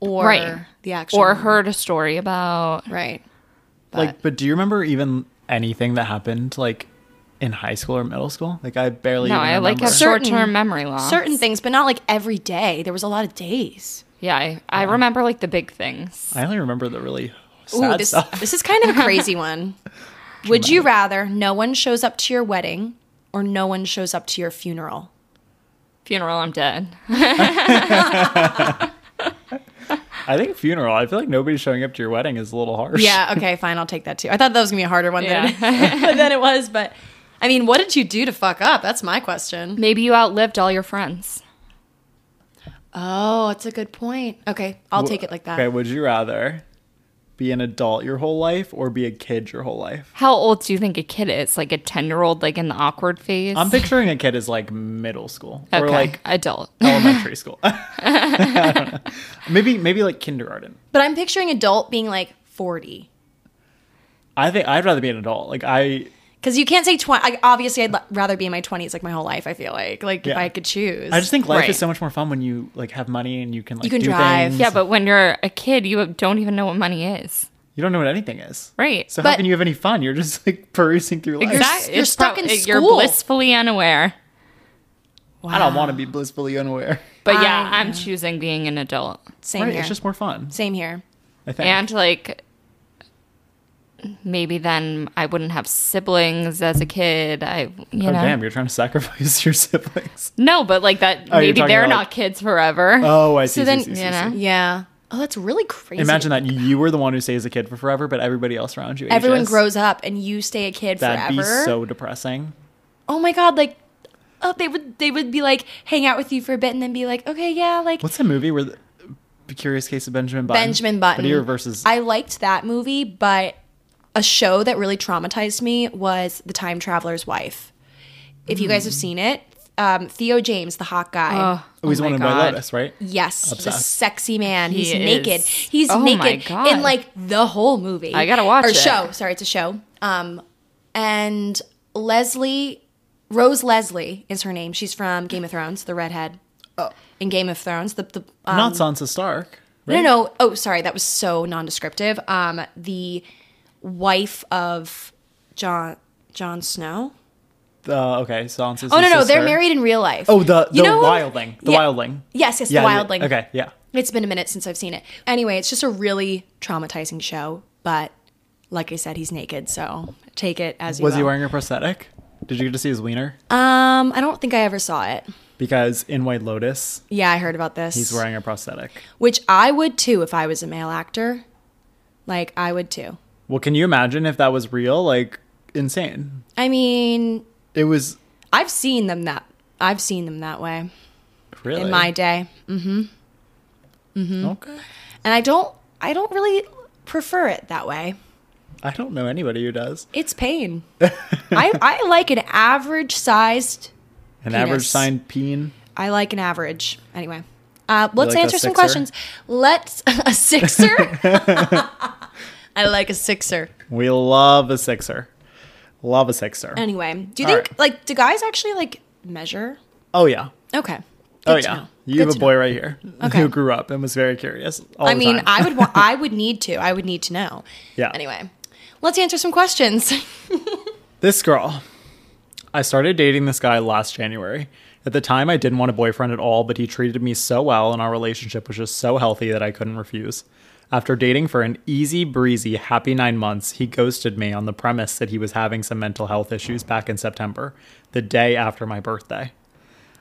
S4: or
S3: Right.
S4: the actual
S3: or heard a story about.
S4: right.
S2: like but do you remember even anything that happened like in high school or middle school? Like I barely
S3: No,
S2: even
S3: I like
S2: remember.
S3: have
S4: Certain-
S3: short-term memory loss.
S4: Certain things, but not like every day. There was a lot of days.
S3: Yeah, I, I remember like the big things.
S2: I only remember the really
S4: Ooh,
S2: sad
S4: this
S2: stuff.
S4: this is kind of a crazy one. Would you rather no one shows up to your wedding or no one shows up to your funeral?
S3: Funeral, I'm dead.
S2: I think funeral. I feel like nobody showing up to your wedding is a little harsh.
S4: Yeah, okay, fine, I'll take that too. I thought that was gonna be a harder one than, it, than it was, but I mean, what did you do to fuck up? That's my question.
S3: Maybe you outlived all your friends.
S4: Oh, that's a good point. Okay, I'll
S2: Wh-
S4: take it like that.
S2: Okay, would you rather be an adult your whole life or be a kid your whole life?
S3: How old do you think a kid is? Like a ten-year-old, like in the awkward phase.
S2: I'm picturing a kid as like middle school
S3: okay.
S2: or like
S3: adult.
S2: elementary school. I don't know. Maybe maybe like kindergarten.
S4: But I'm picturing adult being like 40.
S2: I think I'd rather be an adult. Like I
S4: Because you can't say 20. I, obviously, I'd l- rather be in my 20s like my whole life, I feel like. Like, if
S2: Yeah.
S4: I could choose.
S2: I just think life
S3: Right.
S2: is so much more fun when you like have money and you can like
S4: You can
S2: do
S4: drive.
S2: things.
S3: Yeah, but when you're a kid, you don't even know what money is.
S2: you don't know what anything is.
S3: Right.
S2: So
S4: But-
S2: how can you have any fun? You're just like perusing through life.
S4: Exact-
S3: That
S4: you're
S3: is
S4: stuck in
S3: You're
S4: school.
S3: blissfully unaware.
S2: I don't want to be blissfully unaware.
S3: But yeah, I'm choosing being an adult.
S4: Same
S2: right?
S4: here.
S2: It's just more fun.
S4: Same here.
S2: I think.
S3: And like maybe then I wouldn't have siblings as a kid. I you
S2: oh
S3: know.
S2: damn, you're trying to sacrifice your siblings.
S3: No, but like that
S2: Oh, you're
S3: maybe
S2: talking
S3: they're
S2: about,
S3: not
S2: like-
S3: kids forever.
S2: Oh, I
S4: So
S2: see. see,
S4: then-
S2: see, see,
S3: you know?
S2: see.
S4: Yeah. Oh, that's really crazy.
S2: Imagine that you were the one who stays a kid for forever, but everybody else around you.
S4: Everyone
S2: ages.
S4: grows up and you stay a kid
S2: That'd
S4: forever.
S2: be so depressing.
S4: oh my God. Like, oh, they would they would be like, hang out with you for a bit and then be like, okay, yeah, like
S2: What's the movie where the the Curious Case of Benjamin Button?
S4: Benjamin Button.
S2: Whittier versus.
S4: I liked that movie, but a show that really traumatized me was The Time Traveler's Wife. If you guys have seen it, um, Theo James, the hot guy.
S2: oh, he's
S3: Oh
S2: one
S3: my
S2: in White
S3: God.
S2: Lotus, right?
S4: Yes, the
S2: Obsessed.
S4: sexy man.
S3: He
S4: He's
S3: is.
S4: naked. He's
S3: Oh my
S4: naked
S3: God.
S4: in like the whole movie.
S3: I gotta watch
S4: or
S3: it.
S4: show. Sorry, it's a show. Um, and Leslie, Rose Leslie is her name. She's from Game of Thrones, the redhead. Oh. In Game of Thrones, the the um,
S2: Not Sansa Stark.
S4: no, no, no. Oh, sorry. That was so nondescriptive. Um, the wife of John John Snow.
S2: Uh, okay, Sansa's.
S4: Oh no, no, they're
S2: sister.
S4: married in real life.
S2: Oh, the the
S4: You know who-
S2: wildling, the
S4: Yeah.
S2: wildling.
S4: Yes, yes,
S2: Yeah,
S4: the
S2: yeah,
S4: wildling.
S2: Okay, yeah.
S4: It's been a minute since I've seen it. Anyway, it's just a really traumatizing show. But like I said, he's naked, so take it as you
S2: Was he
S4: will.
S2: wearing a prosthetic? Did you get to see his wiener?
S4: Um, I don't think I ever saw it.
S2: Because in White Lotus,
S4: Yeah, I heard about this.
S2: he's wearing a prosthetic.
S4: which I would too if I was a male actor. Like I would too.
S2: Well, can you imagine if that was real? Like insane.
S4: I mean,
S2: It was
S4: I've seen them that I've seen them that way
S2: really
S4: in my day.
S2: Okay.
S4: and I don't I don't really prefer it that way.
S2: I don't know anybody who does.
S4: It's pain. I, I like an average sized.
S2: An
S4: Penis.
S2: average signed peen.
S4: I like an average. Anyway, uh, let's
S2: like a
S4: answer some
S2: sixer?
S4: questions. Let's a sixer. I like a sixer.
S2: We love a sixer. Love a sixer.
S4: Anyway, do you
S2: All
S4: think
S2: right.
S4: like do guys actually like measure?
S2: oh yeah.
S4: Okay.
S2: Oh
S4: Good to
S2: yeah.
S4: know.
S2: You
S4: Good
S2: have
S4: to
S2: a
S4: know.
S2: boy right here
S4: Okay.
S2: who grew up and was very curious. All
S4: I
S2: the
S4: mean,
S2: time.
S4: I would. Wa- I would need to. I would need to know.
S2: Yeah.
S4: Anyway, let's answer some questions.
S2: This girl. I started dating this guy last January. At the time, I didn't want a boyfriend at all, but he treated me so well and our relationship was just so healthy that I couldn't refuse. After dating for an easy breezy happy nine months, he ghosted me on the premise that he was having some mental health issues back in September, the day after my birthday.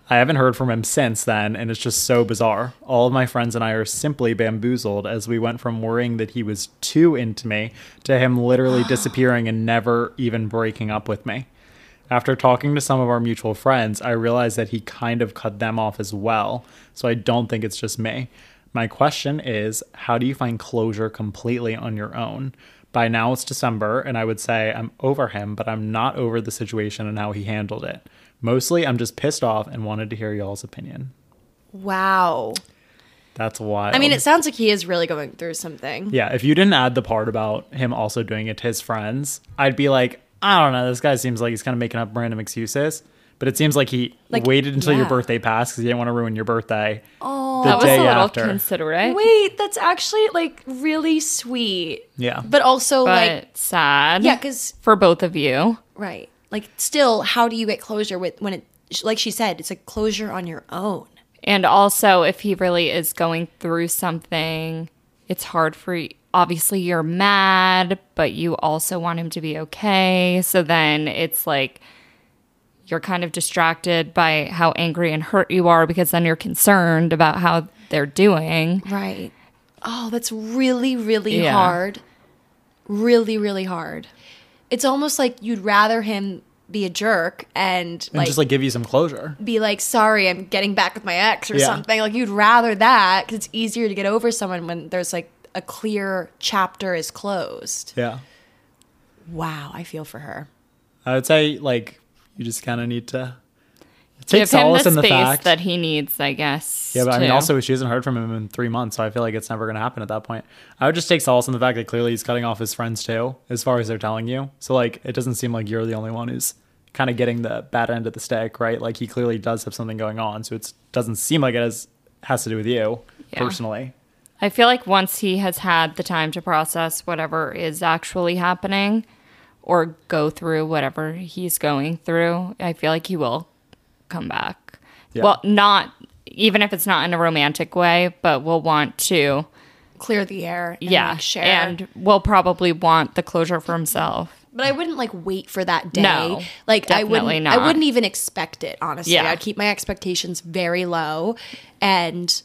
S2: I haven't heard from him since then, and it's just so bizarre. All of my friends and I are simply bamboozled as we went from worrying that he was too into me to him literally disappearing and never even breaking up with me. After talking to some of our mutual friends, I realized that he kind of cut them off as well, so I don't think it's just me. My question is how do you find closure completely on your own? By now it's December, and I would say I'm over him, but I'm not over the situation and how he handled it. Mostly, I'm just pissed off and wanted to hear y'all's opinion.
S4: Wow.
S2: That's wild.
S4: I mean, it sounds like he is really going through something.
S2: Yeah, if you didn't add the part about him also doing it to his friends, I'd be like, I don't know, this guy seems like he's kind of making up random excuses. But it seems like he
S4: Like,
S2: waited until your
S4: yeah.
S2: birthday passed because he didn't want to ruin your birthday. Oh,
S3: that was a little considerate,
S4: Wait, that's actually like really sweet.
S2: Yeah.
S4: But also
S3: but
S4: like
S3: sad.
S4: yeah, cuz
S3: for both of you,
S4: right. Like still how do you get closure with when it like she said, it's like closure on your own.
S3: and also if he really is going through something, it's hard for. y- Obviously, you're mad, but you also want him to be okay. So then it's like you're kind of distracted by how angry and hurt you are because then you're concerned about how they're doing.
S4: Right. Oh, that's really, really
S3: Yeah.
S4: hard. Really, really hard. It's almost like you'd rather him be a jerk and,
S2: And just like give you some closure.
S4: be like, sorry, I'm getting back with my ex or
S2: Yeah.
S4: something. Like, you'd rather that because it's easier to get over someone when there's like a clear chapter is closed.
S2: Yeah.
S4: Wow, I feel for her.
S2: I would say like you just kind of need to take
S3: Give him the
S2: solace
S3: space
S2: in the fact.
S3: that he needs, I guess.
S2: yeah, but I mean,
S3: too.
S2: also she hasn't heard from him in three months, so I feel like it's never going to happen at that point. I would just take solace in the fact that clearly he's cutting off his friends too, as far as they're telling you. So like, it doesn't seem like you're the only one who's kind of getting the bad end of the stick, right? Like he clearly does have something going on, so it doesn't seem like it has has to do with you
S3: Yeah.
S2: personally.
S3: I feel like once he has had the time to process whatever is actually happening or go through whatever he's going through, I feel like he will come back.
S2: Yeah.
S3: Well, not even if it's not in a romantic way, but we'll want to,
S4: Clear the air. And,
S3: yeah,
S4: like, share.
S3: and we'll probably want the closure for himself.
S4: but I wouldn't like wait for that day.
S3: No,
S4: like I
S3: definitely
S4: wouldn't.
S3: not.
S4: I wouldn't even expect it. Honestly,
S3: Yeah.
S4: I'd keep my expectations very low, and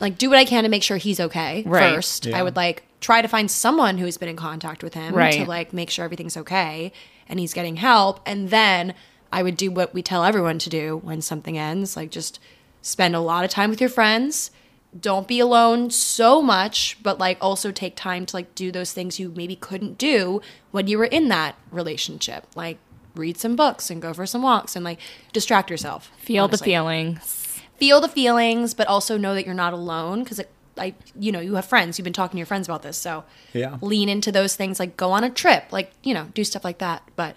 S4: like do what I can to make sure he's okay
S3: Right.
S4: first.
S2: Yeah.
S4: I would like try to find someone who's been in contact with him to
S3: Right.
S4: like make sure everything's okay and he's getting help, and then I would do what we tell everyone to do when something ends. Like just spend a lot of time with your friends. Don't be alone so much, but like also take time to like do those things you maybe couldn't do when you were in that relationship. Like read some books and go for some walks and like distract yourself.
S3: Feel
S4: honestly.
S3: the feelings.
S4: Feel the feelings, but also know that you're not alone because it I you know, you have friends. You've been talking to your friends about this. So
S2: Yeah.
S4: lean into those things, like go on a trip, like, you know, do stuff like that. But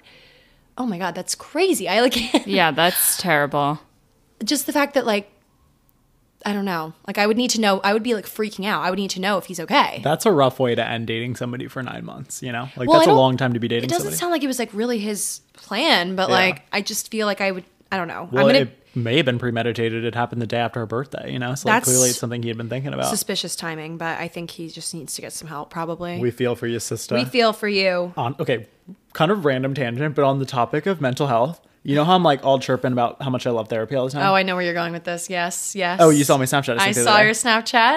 S4: oh my god, that's crazy. I like
S3: Yeah, that's terrible.
S4: just the fact that like I don't know. Like I would need to know. I would be like freaking out. I would need to know if he's okay.
S2: That's a rough way to end dating somebody for nine months. You know, like
S4: Well, I
S2: that's a
S4: don't-
S2: long time to be dating
S4: it doesn't
S2: somebody.
S4: sound like it was like really his plan, but
S2: Yeah.
S4: like I just feel like I would. I don't know.
S2: well,
S4: I'm gonna
S2: it may have been premeditated. It happened the day after her birthday. You know, so like,
S4: That's-
S2: clearly it's something he had been thinking about.
S4: suspicious timing, but I think he just needs to get some help. Probably.
S2: We
S4: We,
S2: feel for your sister.
S4: feel for you.
S2: on okay, kind of random tangent, but on the topic of mental health, you know how I'm like all chirping about how much I love therapy all the time.
S4: Oh, I know where you're going with this. Yes, yes.
S2: Oh, you saw my Snapchat.
S4: I
S2: sent the other
S4: saw
S2: day.
S4: your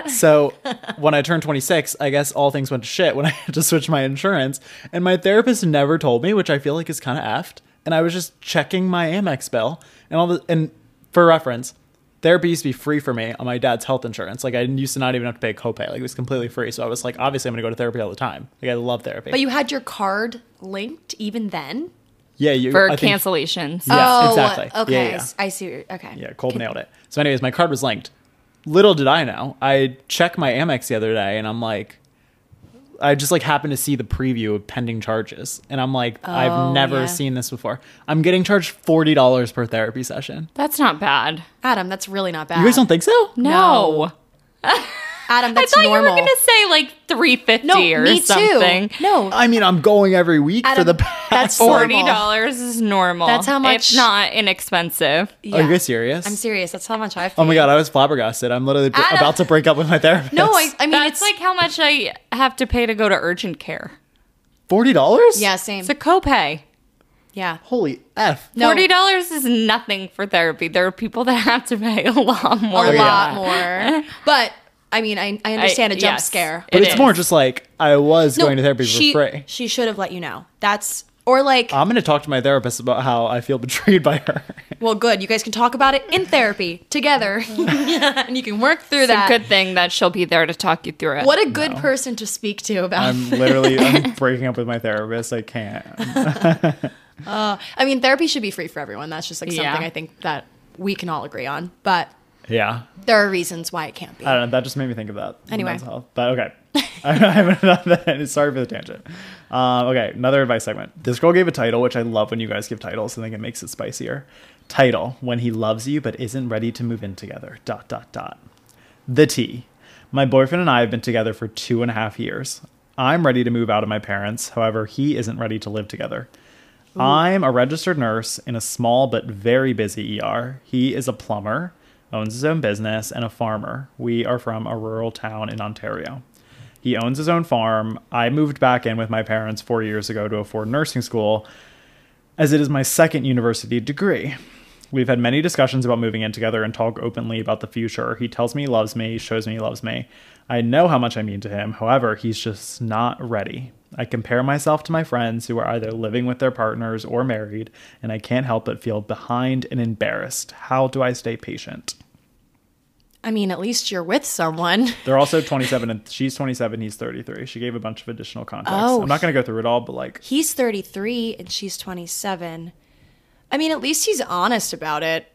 S4: Snapchat.
S2: So when I turned 26, I guess all things went to shit when I had to switch my insurance. And my therapist never told me, which I feel like is kind of effed. And I was just checking my Amex bill and all the and for reference, therapy used to be free for me on my dad's health insurance. Like I used to not even have to pay a copay. Like it was completely free. So I was like, obviously I'm gonna go to therapy all the time. Like I love therapy.
S4: But you had your card linked even then.
S2: yeah, you
S3: For
S2: I think-
S3: cancellations.
S2: Yeah,
S4: oh,
S2: exactly.
S4: Okay,
S2: Yeah, yeah, yeah.
S4: I see. what you're- Okay.
S2: Yeah, cold nailed it. So, anyways, my card was linked. Little did I know, I checked my Amex the other day, and I'm like, I just like happened to see the preview of pending charges, and I'm like, I've
S4: Oh,
S2: never
S4: yeah.
S2: seen this before. I'm getting charged forty dollars per therapy session.
S3: That's not bad.
S4: Ah. Adam, that's really not bad.
S2: You guys don't think so?
S3: No.
S4: Adam, that's
S3: I thought
S4: normal.
S3: you were gonna say like three fifty
S4: no,
S3: or
S4: me
S3: something. Oh,
S4: too. No,
S2: I mean, I'm going every week for
S4: Adam,
S2: the past.
S4: that's
S3: Forty
S4: normal.
S3: dollars is normal.
S4: That's how much-
S3: If not inexpensive.
S2: Are
S4: Yeah.
S2: you serious?
S4: I'm serious. That's how much I.
S2: Oh my god, I was flabbergasted. I'm literally br-
S4: Adam-
S2: about to break up with my therapist.
S4: No, I. I mean,
S3: That's
S4: it's
S3: like how much I have to pay to go to urgent care.
S2: forty dollars.
S4: yeah, same.
S3: It's a copay.
S4: yeah.
S2: Holy f.
S4: No,
S3: Forty dollars is nothing for therapy. There are people that have to pay a lot more.
S4: a
S3: than
S4: lot
S3: that.
S4: more. But I mean, I, I understand a jump
S3: yes.
S4: scare.
S2: But
S3: It
S2: it's
S3: is.
S2: more just like I was going to therapy for
S4: she,
S2: free.
S4: She should have let you know. That's or like,
S2: I'm going to talk to my therapist about how I feel betrayed by her.
S4: well, good. You guys can talk about it in therapy together, and you can work through that.
S3: It's a good thing that she'll be there to talk you through it.
S4: what a good person to speak to about.
S2: I'm literally I'm breaking up with my therapist. I can't.
S4: I mean, therapy should be free for everyone. That's just like something
S3: Yeah.
S4: I think that we can all agree on. But
S2: Yeah.
S4: there are reasons why it can't be.
S2: I don't know. That just made me think of that.
S4: Anyway.
S2: Mental health. But okay. I have another. Sorry for the tangent. Um, okay. Another advice segment. This girl gave a title, which I love when you guys give titles. I think it makes it spicier. Title When He Loves You But Isn't Ready to Move In Together. Dot, dot, dot. The T. My boyfriend and I have been together for two and a half years. I'm ready to move out of my parents. However, he isn't ready to live together. I'm a registered nurse in a small but very busy ER. He is a plumber, owns his own business, and a farmer. We are from a rural town in Ontario. He owns his own farm. I moved back in with my parents four years ago to afford nursing school, as it is my second university degree. We've had many discussions about moving in together and talk openly about the future. He tells me he loves me, shows me he loves me. I know how much I mean to him. However, he's just not ready. I compare myself to my friends who are either living with their partners or married, and I can't help but feel behind and embarrassed. How do I stay patient?
S4: I mean, at least you're with someone.
S2: They're also 27, and she's 27, he's 33. She gave a bunch of additional context.
S4: Oh.
S2: I'm not going to go through it all, but like,
S4: He's 33 and she's 27. I mean, at least he's honest about it.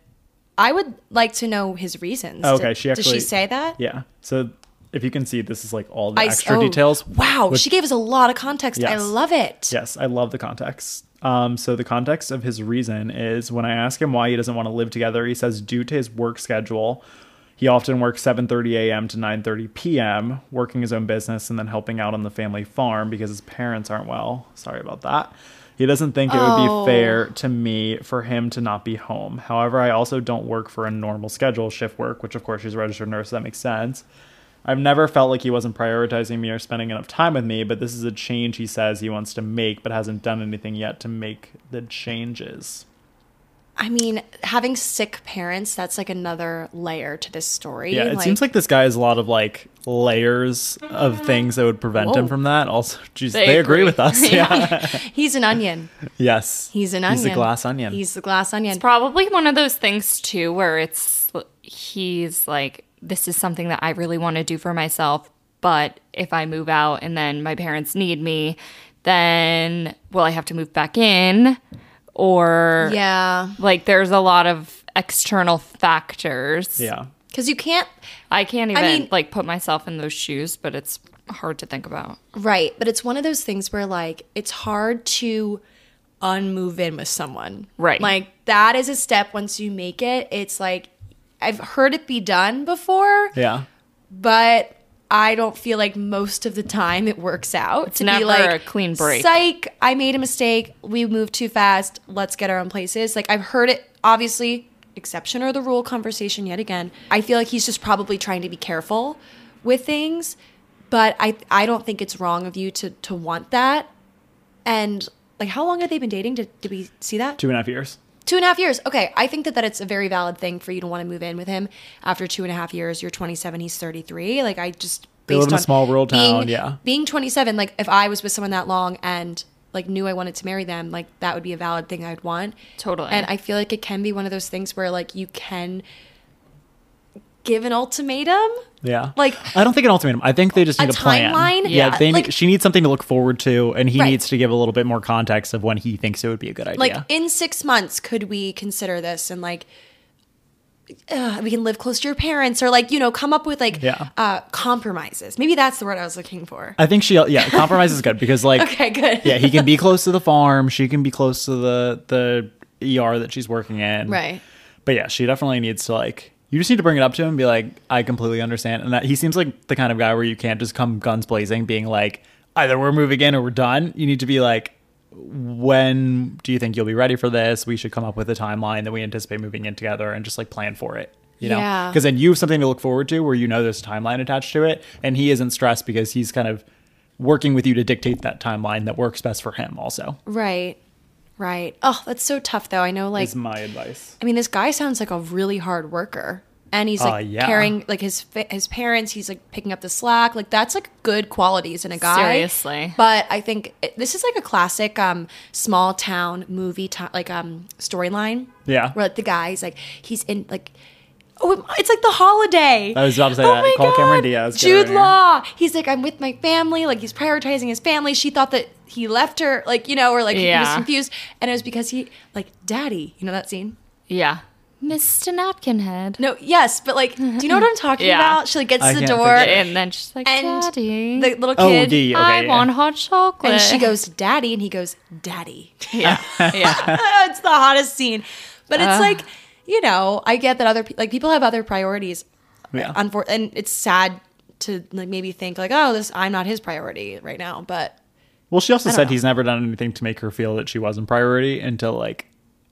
S4: I would like to know his reasons.
S2: okay,
S4: Did-
S2: she actually.
S4: Did she say that?
S2: Yeah. So if you can see, this is like all the
S4: I s-
S2: extra
S4: oh,
S2: details.
S4: Wow,
S2: with-
S4: she gave us a lot of context. I
S2: Yes.
S4: love it.
S2: Yes, I love the context. Um, so the context of his reason is when I ask him why he doesn't want to live together, he says due to his work schedule, he often works 7:30 a.m. to 9:30 p.m., working his own business and then helping out on the family farm because his parents aren't well. Sorry about that. He doesn't think it would be fair to me for him to not be home. However, I also don't work for a normal schedule, shift work, which of course she's a registered nurse, so that makes sense. I've never felt like he wasn't prioritizing me or spending enough time with me, but this is a change he says he wants to make, but hasn't done anything yet to make the changes.
S4: I mean, having sick parents, that's like another layer to this story.
S2: Yeah, it seems like this guy has a lot of like layers of things that would prevent him
S4: Ah, Whoa.
S2: from that. Also, geez, they,
S3: They
S2: agree.
S3: agree.
S2: with us. Yeah.
S4: he's an onion.
S2: yes.
S4: He's an onion.
S2: He's a glass onion.
S4: He's the glass onion.
S3: Probably one of those things too, where it's he's like, this is something that I really want to do for myself, but if I move out and then my parents need me, then will I have to move back in? Or
S4: yeah.
S3: like, there's a lot of external factors.
S2: yeah.
S4: Because you can't,
S3: I can't even
S4: mean-
S3: like put myself in those shoes, but it's hard to think about.
S4: right. But it's one of those things where like it's hard to unmove in with someone.
S3: Right.
S4: Like that is a step once you make it. It's like, I've heard it be done before,
S2: Yeah.
S4: but I don't feel like most of the time it works out. It's to be
S3: never
S4: like,
S3: a clean break.
S4: Psych, I made a mistake. We moved too fast. Let's get our own places. Like I've heard it, obviously, exception or the rule conversation yet again. I feel like he's just probably trying to be careful with things, but I I don't think it's wrong of you to to want that. And like, how long have they been dating? Did, did we see that?
S2: Two and a half years.
S4: Two and a half years. Okay. I think that, that it's a very valid thing for you to want to move in with him after two and a half years. You're 27, he's 33. Like, I just.
S2: They
S4: based
S2: live in a
S4: on
S2: small rural
S4: being-
S2: town, yeah.
S4: Being 27, like, if I was with someone that long and, like, knew I wanted to marry them, like, that would be a valid thing I'd want.
S3: Totally.
S4: And I feel like it can be one of those things where, like, you can give an ultimatum.
S2: Yeah.
S4: Like-
S2: I don't think an ultimatum. I think they just
S4: A
S2: need a, plan.
S4: timeline?
S2: Yeah.
S4: Yeah,
S2: They,
S4: like-
S2: she needs something to look forward to, and he
S4: Right.
S2: needs to give a little bit more context of when he thinks it would be a good idea.
S4: Like, in six months, could we consider this? And, like, uh, we can live close to your parents or, like, you know, come up with, like,
S2: Yeah.
S4: uh, compromises. Maybe that's the word I was looking for.
S2: I think she, yeah, compromise is good because like,
S4: Okay, good.
S2: yeah, he can be close to the farm. She can be close to the the ER that she's working in.
S4: Right.
S2: But yeah, she definitely needs to like You just need to bring it up to him and be like, I completely understand. And that he seems like the kind of guy where you can't just come guns blazing, being like, either we're moving in or we're done. You need to be like, when do you think you'll be ready for this? We should come up with a timeline that we anticipate moving in together and just like plan for it. You know,
S4: Yeah.
S2: because then you have something to look forward to where you know there's a timeline attached to it. And he isn't stressed because he's kind of working with you to dictate that timeline that works best for him, also.
S4: Right. Right. Oh, that's so tough though. I know like
S2: Is my advice.
S4: I mean, this guy sounds like a really hard worker, and he's like
S2: Uh, yeah.
S4: carrying like his fa- his parents. He's like picking up the slack. Like that's like good qualities in a guy.
S3: Seriously.
S4: But I think it- this is like a classic um small town movie ti like um storyline.
S2: Yeah.
S4: Where like the guy's like he's in like. Oh, it's like the holiday. Oh
S2: I was about to say that.
S4: my
S2: Call Cameron Diaz. Get her
S4: Jude
S2: in here.
S4: Law. He's like, I'm with my family. Like he's prioritizing his family. She thought that he left her. Like you know, or like he was
S3: Yeah.
S4: confused, and it was because he like daddy. You know that scene.
S3: Yeah. Mr. Napkinhead.
S4: No, yes, but like, do you know what I'm talking
S3: Yeah.
S4: about? She like gets
S2: I
S4: to the
S2: can't
S4: door
S2: forget
S4: and
S3: And then she's like, Daddy,
S4: the little
S2: Oh,
S4: kid,
S2: D. Okay,
S3: I
S2: yeah.
S3: want hot chocolate.
S4: and she goes, "Daddy," and he goes, "Daddy."
S3: yeah, yeah.
S4: it's the hottest scene, but it's like, you know, I get that other pe- like people have other priorities, uh,
S2: Yeah.
S4: Unfor- and it's sad to like maybe think like, oh, this I'm not his priority right now, but
S2: Well, she also said
S4: know.
S2: he's never done anything to make her feel that she wasn't priority until like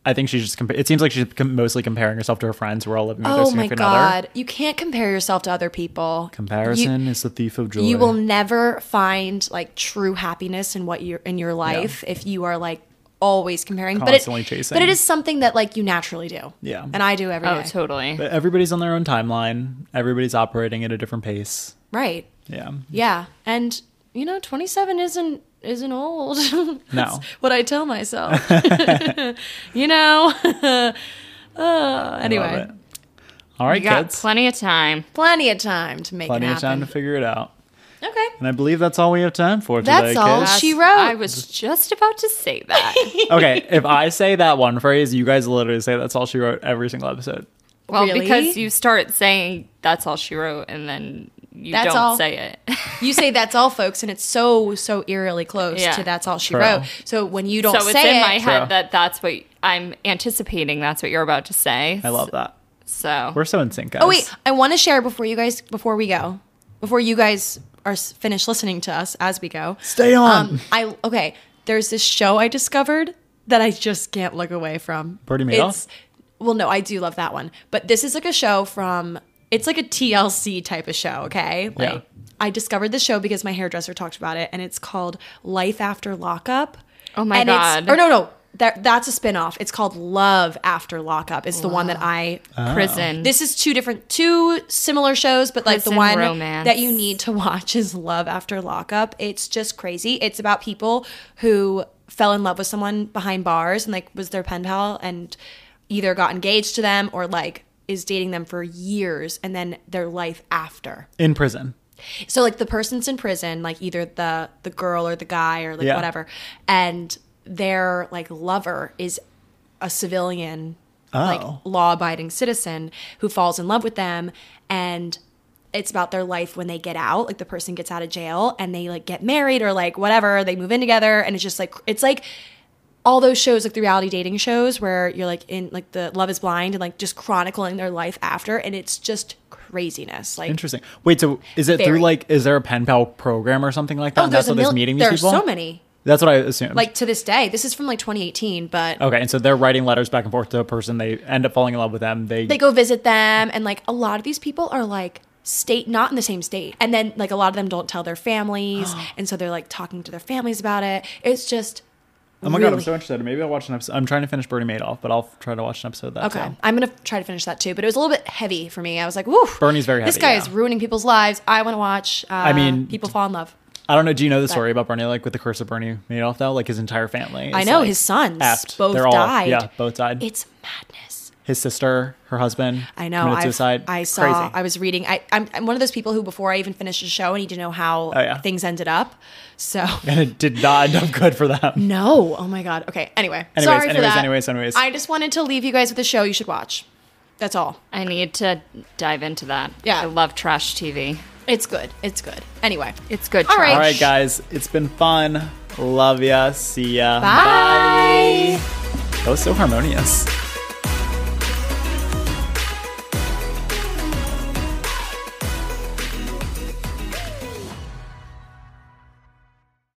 S2: I think she's just compa- it seems like she's com- mostly comparing herself to her friends who are all living with their
S4: oh my
S2: significant other.
S4: god, you can't compare yourself to other people. You-
S2: Comparison is the thief of joy.
S4: you will never find like true happiness in what you're in your life if you are like always comparing
S2: Constantly
S4: but it,
S2: chasing.
S4: but it is something that like you naturally do
S2: Yeah.
S4: and i do every day.
S3: Oh, totally.
S2: But everybody's on their own timeline. Everybody's operating at a different pace.
S4: right
S2: Yeah.
S4: yeah and you know 27 isn't isn't old That's
S2: No.
S4: what i tell myself you know uh,
S2: I
S4: anyway
S2: love it. All right,
S3: You got
S2: kids.
S3: plenty of time.
S4: plenty of time to make
S2: Plenty
S4: it
S2: of time
S4: happen
S2: to figure it out.
S4: okay
S2: And I believe that's all we have time for today,
S4: That's all
S2: kids.
S4: she wrote.
S3: I was just about to say that.
S2: okay, if I say that one phrase, you guys literally say that's all she wrote every single episode.
S3: Well,
S4: Really?
S3: because you start saying that's all she wrote, and then you
S4: That's
S3: don't
S4: all.
S3: say it.
S4: you say that's all folks and it's so so eerily close
S3: Yeah.
S4: to that's all she
S2: True.
S4: wrote so when you don't
S3: so
S4: say
S3: it's in
S4: it
S3: my
S2: True.
S3: head that that's what I'm anticipating. That's what you're about to say.
S2: I love that.
S3: So
S2: We're so in sync, guys.
S4: Oh wait, I want to share before you guys before we go. Before you guys are s- finished listening to us as we go. Um,
S2: Stay on.
S4: I okay, there's this show I discovered that I just can't look away from.
S2: Bernie Madoff?
S4: It's- Well, no, I do love that one. But this is like a show from it's like a TLC type of show, okay? Like
S2: Yeah.
S4: I discovered this show because my hairdresser talked about it and it's called Life After Lockup.
S3: Oh my
S4: and it's-
S3: God.
S4: Or no, no. That, that's a spin-off. It's called Love After Lockup. It's the one that I
S3: prison.
S4: Oh. this is two different, two similar shows, but like the
S3: Prison
S4: one
S3: romance.
S4: that you need to watch is Love After Lockup. It's just crazy. It's about people who fell in love with someone behind bars and like was their pen pal and either got engaged to them or like is dating them for years and then their life after.
S2: in prison.
S4: So like the person's in prison, like either the the girl or the guy or like
S2: Yeah.
S4: whatever, and their like lover is a civilian, like
S2: Oh.
S4: law-abiding citizen who falls in love with them, and it's about their life when they get out. Like the person gets out of jail and they like get married or like whatever, they move in together, and it's just like it's like all those shows like the reality dating shows where you're like in like the love is blind and like just chronicling their life after and it's just craziness like
S2: Interesting. Wait, so is it
S4: Very.
S2: through like is there a pen pal program or something like that?
S4: Oh,
S2: and
S4: there's
S2: that's
S4: a
S2: what this
S4: mil-
S2: meeting
S4: there
S2: these people.
S4: are so many.
S2: That's what I assumed.
S4: Like to this day, this is from like 2018, but
S2: okay, and so they're writing letters back and forth to a person. They end up falling in love with them. They,
S4: they go visit them, and like a lot of these people are like state not in the same state, and then like a lot of them don't tell their families, and so they're like talking to their families about it. It's just
S2: oh my god, I'm
S4: really-
S2: so interested. Maybe I'll watch an episode. I'm trying to finish Bernie Madoff, but I'll f- try to watch an episode of that.
S4: Okay,
S2: too.
S4: I'm gonna try to finish that too, but it was a little bit heavy for me. I was like, "Woo!"
S2: Bernie's very
S4: This
S2: heavy,
S4: guy
S2: yeah.
S4: is ruining people's lives. I want to watch. Uh, I
S2: mean,
S4: mean, people fall in love.
S2: I don't know. Do you know the story about Bernie, like with the curse of Bernie Madoff, though? Like his entire family.
S4: I
S2: is,
S4: know
S2: like,
S4: his sons
S2: effed.
S4: both
S2: They're all-
S4: died.
S2: Yeah, both died.
S4: It's madness.
S2: his sister, her husband.
S4: I know.
S2: committed
S4: I've-
S2: suicide.
S4: I saw.
S2: Crazy.
S4: I was reading. I, I'm, I'm one of those people who, before I even finish a show, I need to know how
S2: Oh, yeah.
S4: things ended up. So
S2: and it did not end up good for them.
S4: no. Oh my god. Okay. Anyway.
S2: Anyways,
S4: sorry for
S2: anyways,
S4: that.
S2: anyways, anyways.
S4: I just wanted to leave you guys with a show you should watch. That's all.
S3: I need to dive into that.
S4: Yeah.
S3: I love trash TV.
S4: It's good. It's good. Anyway.
S3: It's good.
S4: All
S3: trash.
S4: right.
S2: All right, guys, it's been fun. Love ya. See ya.
S4: Bye.
S2: That was so harmonious.